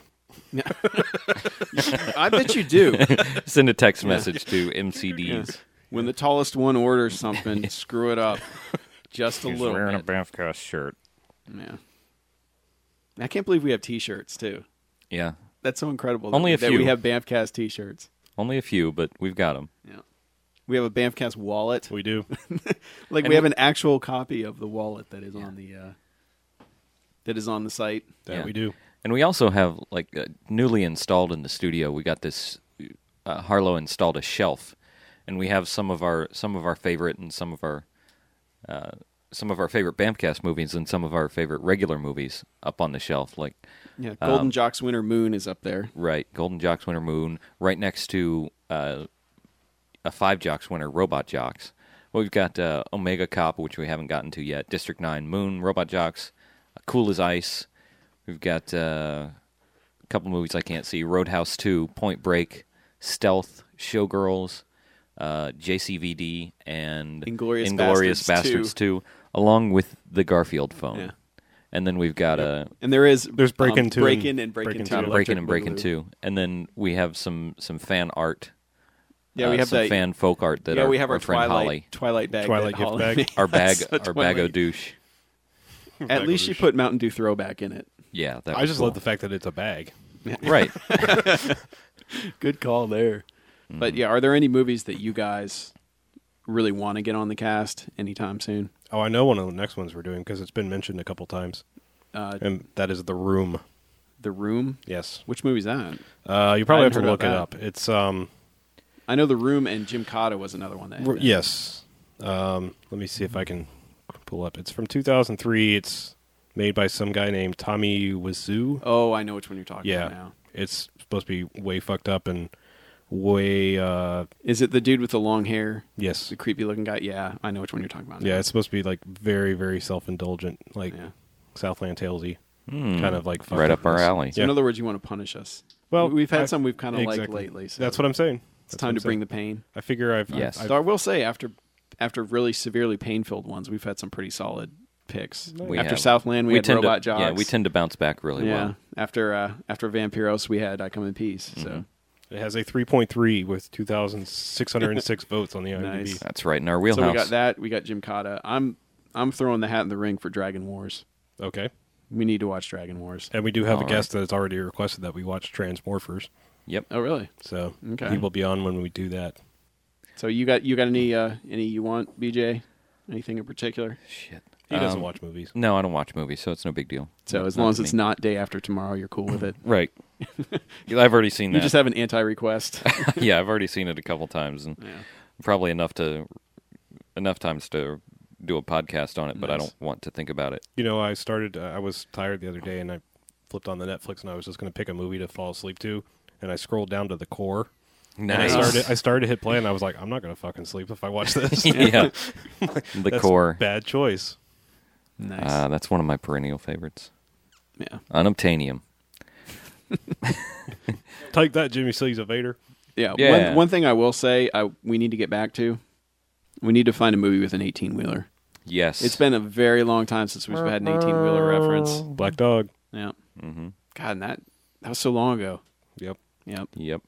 Speaker 3: I bet
Speaker 1: [LAUGHS]
Speaker 3: you do.
Speaker 1: it. [LAUGHS] Send a text message to MCDs.
Speaker 3: When the tallest one
Speaker 1: [LAUGHS]
Speaker 3: orders something, screw it up just a
Speaker 1: He's
Speaker 3: little.
Speaker 1: wearing
Speaker 3: Bit.
Speaker 1: a Bafcast shirt.
Speaker 3: yeah, I can't believe we have T-shirts too.
Speaker 1: Yeah.
Speaker 3: That's so incredible. that-
Speaker 1: Only a
Speaker 3: that
Speaker 1: few.
Speaker 3: we have Banffcast T-shirts.
Speaker 1: Only a few, but we've got them.
Speaker 3: Yeah, we have a Banffcast wallet.
Speaker 2: We do.
Speaker 3: Like
Speaker 1: And
Speaker 3: we
Speaker 1: we-
Speaker 3: have an actual copy of the wallet that is on the uh, that is on the site.
Speaker 2: That
Speaker 1: Yeah.
Speaker 2: we do.
Speaker 1: And we also have like uh, newly installed in the studio. We got this. Uh, Harlow installed a shelf, and we have some of our some of our favorite and some of our uh, some of our favorite Bamcast movies and some of our favorite regular movies up on the shelf. Like
Speaker 3: Yeah, Golden Jocks Winter Moon is up there.
Speaker 1: right, Golden Jocks, Winter Moon, right next to uh, a Five Jocks winner, Robot Jocks. Well, we've got uh, Omega Cop, which we haven't gotten to yet. District Nine, Moon, Robot Jocks, Cool as Ice. We've got uh, a couple movies I can't see: Roadhouse Two, Point Break, Stealth, Showgirls, uh, JCVD, and
Speaker 3: Inglourious
Speaker 1: Inglourious
Speaker 3: Basterds 2.
Speaker 1: Two, along with the Garfield phone.
Speaker 3: Yeah.
Speaker 1: And then we've got uh, a
Speaker 3: And there is
Speaker 2: There's Breakin' Two and-
Speaker 3: Breakin' and Breakin'
Speaker 2: Breakin'
Speaker 3: Two,
Speaker 2: Two.
Speaker 3: Electric
Speaker 1: Breaking and Breaking
Speaker 3: Boogaloo.
Speaker 1: Two, and then we have some some fan art.
Speaker 3: Yeah, we
Speaker 1: uh,
Speaker 3: have
Speaker 1: some
Speaker 3: that.
Speaker 1: fan folk art that
Speaker 3: yeah,
Speaker 1: our,
Speaker 3: we have our,
Speaker 1: friend
Speaker 3: Twilight
Speaker 1: Holly,
Speaker 3: Twilight bag.
Speaker 2: Twilight
Speaker 3: that
Speaker 2: gift
Speaker 3: Holly
Speaker 2: bag.
Speaker 3: [LAUGHS] made.
Speaker 1: our bag,
Speaker 3: That's a
Speaker 1: our bag o'
Speaker 3: Twilight.
Speaker 1: douche.
Speaker 3: At least you put Mountain Dew throwback in it.
Speaker 1: Yeah, that
Speaker 2: I
Speaker 1: was
Speaker 2: just
Speaker 1: cool.
Speaker 2: love the fact that it's a bag. [LAUGHS]
Speaker 1: right.
Speaker 3: Good call there.
Speaker 1: Mm.
Speaker 3: But yeah, are there any movies that you guys really want to get on the cast anytime soon?
Speaker 2: Oh, I know one of the next ones we're doing because it's been mentioned a couple times,
Speaker 3: Uh,
Speaker 2: and that is the room.
Speaker 3: the Room.
Speaker 2: Yes,
Speaker 3: Which movie's that?
Speaker 2: uh, you probably
Speaker 3: hadn't
Speaker 2: have to
Speaker 3: heard
Speaker 2: look it up.
Speaker 3: about
Speaker 2: It's um,
Speaker 3: I know The Room and Jim Cotta was another one that. had
Speaker 2: r-
Speaker 3: that.
Speaker 2: yes. Um, let me see if I can pull up. It's from 2003. It's made by some guy named Tommy Wiseau.
Speaker 3: Oh, I know which one you're talking
Speaker 2: yeah,
Speaker 3: about now.
Speaker 2: it's supposed to be way fucked up and way uh,
Speaker 3: Is it the dude with the long hair?
Speaker 2: yes,
Speaker 3: The creepy looking guy? Yeah, I know which one you're talking about. now.
Speaker 2: yeah. It's supposed to be like very, very self-indulgent, like
Speaker 3: Yeah.
Speaker 2: Southland Talesy,
Speaker 1: Hmm.
Speaker 2: kind of like fucked
Speaker 1: right up our
Speaker 2: upness.
Speaker 1: alley.
Speaker 3: So in other words, you want to punish us.
Speaker 2: Well,
Speaker 3: We- we've had
Speaker 2: I-
Speaker 3: some we've kind of liked
Speaker 2: Exactly.
Speaker 3: lately. So
Speaker 2: That's what I'm saying.
Speaker 3: It's time to bring the pain.
Speaker 2: I figure I've
Speaker 1: Yes.
Speaker 2: I've,
Speaker 3: So I will say after after really severely pain filled ones, we've had some pretty solid picks.
Speaker 1: We
Speaker 3: after
Speaker 1: have-
Speaker 3: Southland, we, had
Speaker 1: tend
Speaker 3: Robot
Speaker 1: to,
Speaker 3: Jocks.
Speaker 1: Yeah, we tend to bounce back really
Speaker 3: Yeah.
Speaker 1: well. Mm-hmm.
Speaker 3: After uh, after Vampiros, we had I Come in Peace. So
Speaker 2: It has a 3.3 with
Speaker 3: [LAUGHS]
Speaker 2: 2,606 votes on the IMDb.
Speaker 3: Nice.
Speaker 1: That's right in our wheelhouse.
Speaker 3: so we got that. We got Jim Cotta. I'm I'm throwing the hat in the ring for Dragon Wars.
Speaker 2: Okay.
Speaker 3: We need to watch Dragon Wars.
Speaker 2: And we do have
Speaker 1: All
Speaker 2: a guest that has already requested that we watch Transmorphers.
Speaker 1: Yep.
Speaker 3: Oh really?
Speaker 2: So
Speaker 3: Okay.
Speaker 2: he will be on when we do that.
Speaker 3: So you got you got any uh, any you want BJ? Anything in particular?
Speaker 1: Shit.
Speaker 2: He doesn't
Speaker 1: Um,
Speaker 2: watch movies.
Speaker 1: No, I don't watch movies, so it's no big deal.
Speaker 3: So
Speaker 1: Not-
Speaker 3: as long as
Speaker 1: to
Speaker 3: it's
Speaker 1: me.
Speaker 3: not day after tomorrow, you're cool
Speaker 1: [CLEARS THROAT]
Speaker 3: with it. [LAUGHS]
Speaker 1: right. [LAUGHS] I've already seen
Speaker 3: You
Speaker 1: that.
Speaker 3: just have
Speaker 1: [LAUGHS]
Speaker 3: an anti-request.
Speaker 1: yeah, I've already seen it a couple times, and probably enough to enough times to do a podcast on it. But I
Speaker 3: Nice.
Speaker 1: don't want to think about it.
Speaker 2: You know, I started, uh, I was tired the other day and I flipped on the Netflix and I was just going to pick a movie to fall asleep to. And I scrolled down to the core. And I
Speaker 1: Nice.
Speaker 2: started, I started to hit play and I was like, I'm not going to fucking sleep if I watch
Speaker 1: [LAUGHS]
Speaker 2: this.
Speaker 1: yeah. the
Speaker 2: That's
Speaker 1: core.
Speaker 2: Bad choice.
Speaker 3: nice.
Speaker 1: Uh, that's one of my perennial favorites.
Speaker 3: yeah.
Speaker 1: Unobtainium.
Speaker 2: Take that, Jimmy Sleeves of Vader.
Speaker 3: Yeah.
Speaker 1: Yeah.
Speaker 3: One, one thing I will say, I we need to get back to. We need to find a movie with an eighteen wheeler.
Speaker 1: Yes.
Speaker 3: It's been a very long time since we've had an eighteen wheeler reference.
Speaker 2: Black Dog.
Speaker 1: [LAUGHS]
Speaker 3: Yeah. Mm-hmm. God, and that that was so long ago.
Speaker 2: Yep.
Speaker 3: Yep.
Speaker 1: Yep.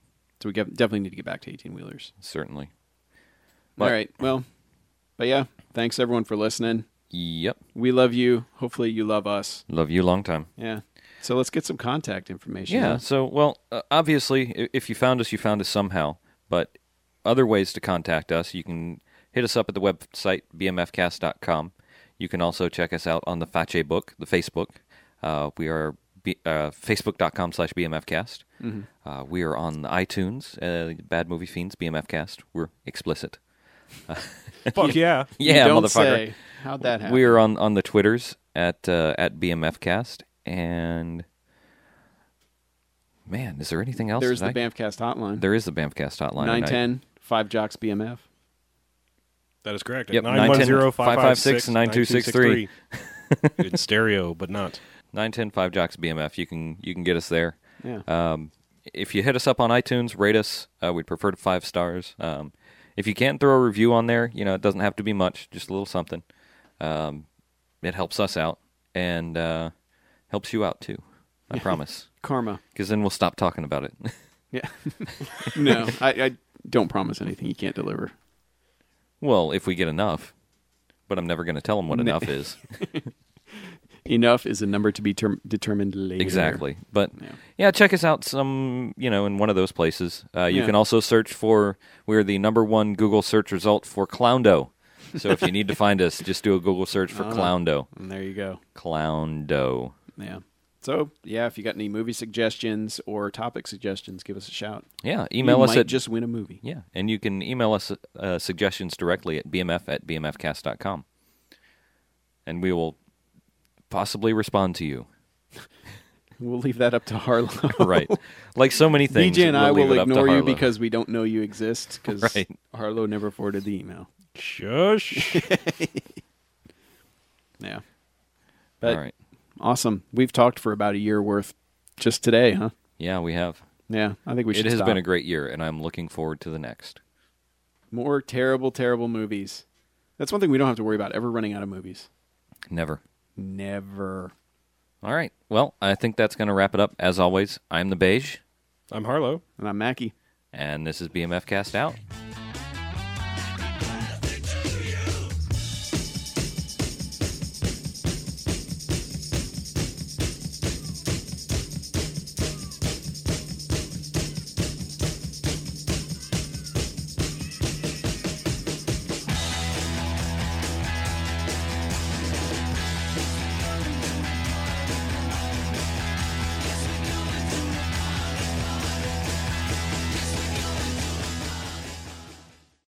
Speaker 3: So we get, definitely need to get back to 18 wheelers.
Speaker 1: certainly.
Speaker 3: All
Speaker 1: But-
Speaker 3: right. Well, but yeah, thanks everyone for listening.
Speaker 1: Yep.
Speaker 3: We love you. Hopefully you love us.
Speaker 1: Love you long time.
Speaker 3: Yeah. So let's get some contact information.
Speaker 1: Yeah. So, well, uh, obviously, i- if you found us, you found us somehow. But other ways to contact us, you can hit us up at the website bmfcast.com. You can also check us out on the Fache book, the Facebook. Uh, we are b- uh, facebook.com slash bmfcast.
Speaker 3: Mm-hmm.
Speaker 1: Uh, we are on iTunes, uh, Bad Movie Fiends, BMFcast. We're explicit. [LAUGHS]
Speaker 2: Fuck yeah.
Speaker 3: You
Speaker 1: Yeah,
Speaker 3: don't
Speaker 1: motherfucker.
Speaker 3: say. How'd that happen?
Speaker 1: We are on on the twitters at uh, at BMFcast and man, is there anything else?
Speaker 3: There's the
Speaker 1: that I-
Speaker 3: Bamfcast hotline.
Speaker 1: There is the BAMFcast hotline. and I-
Speaker 3: 910 5 Jocks BMF.
Speaker 2: That is correct.
Speaker 1: Yep,
Speaker 2: 910-556-9263.
Speaker 1: 910-556-9263.
Speaker 2: [LAUGHS] Good stereo, but not.
Speaker 1: 910 5 Jocks BMF. You can you can get us there.
Speaker 3: Yeah.
Speaker 1: Um, if you hit us up on iTunes, rate us. Uh, we'd prefer to five stars. Um, if you can't throw a review on there, you know it doesn't have to be much, just a little something. Um, it helps us out and uh, helps you out too. I promise.
Speaker 3: Karma.
Speaker 1: Because then we'll stop talking about it. [LAUGHS]
Speaker 3: Yeah. [LAUGHS] no, I, I don't promise anything you can't deliver.
Speaker 1: well, if we get enough, but I'm never going to tell them what enough is.
Speaker 3: Enough is a number to be term- determined later.
Speaker 1: Exactly. But
Speaker 3: Yeah.
Speaker 1: yeah. check us out some, you know, in one of those places. Uh, you
Speaker 3: Yeah.
Speaker 1: can also search for, we're the number one Google search result for Clowndo. So if you
Speaker 3: [LAUGHS]
Speaker 1: need to find us, just do a Google search
Speaker 3: Uh-huh.
Speaker 1: for Clowndo.
Speaker 3: And there you go.
Speaker 1: Clowndo.
Speaker 3: Yeah. So, yeah, if you got any movie suggestions or topic suggestions, give us a shout.
Speaker 1: Yeah.
Speaker 3: You
Speaker 1: Email us
Speaker 3: might
Speaker 1: at,
Speaker 3: just win a movie.
Speaker 1: yeah. And you can email us uh, suggestions directly at bmf at bmfcast.com. And we will possibly respond to you.
Speaker 3: We'll leave that up to Harlow. [LAUGHS]
Speaker 1: right. Like so many things.
Speaker 3: BJ and
Speaker 1: we'll
Speaker 3: I
Speaker 1: leave
Speaker 3: will
Speaker 1: it up to
Speaker 3: ignore you
Speaker 1: Harlow.
Speaker 3: because we don't know you exist because
Speaker 1: [LAUGHS] Right.
Speaker 3: Harlow never forwarded the email.
Speaker 1: [LAUGHS]
Speaker 2: Shush.
Speaker 3: Yeah. But
Speaker 1: All right.
Speaker 3: awesome. We've talked for about a year worth just today, huh?
Speaker 1: Yeah, we have.
Speaker 3: Yeah. I think we
Speaker 1: It
Speaker 3: should
Speaker 1: has
Speaker 3: stop.
Speaker 1: been a great year, and I'm looking forward to the next.
Speaker 3: more terrible, terrible movies. That's one thing we don't have to worry about ever running out of movies.
Speaker 1: Never.
Speaker 3: Never.
Speaker 1: All right. Well, I think that's going to wrap it up. As always, I'm the Beige,
Speaker 2: I'm Harlow.
Speaker 3: And I'm Mackie.
Speaker 1: and this is BMF Cast Out.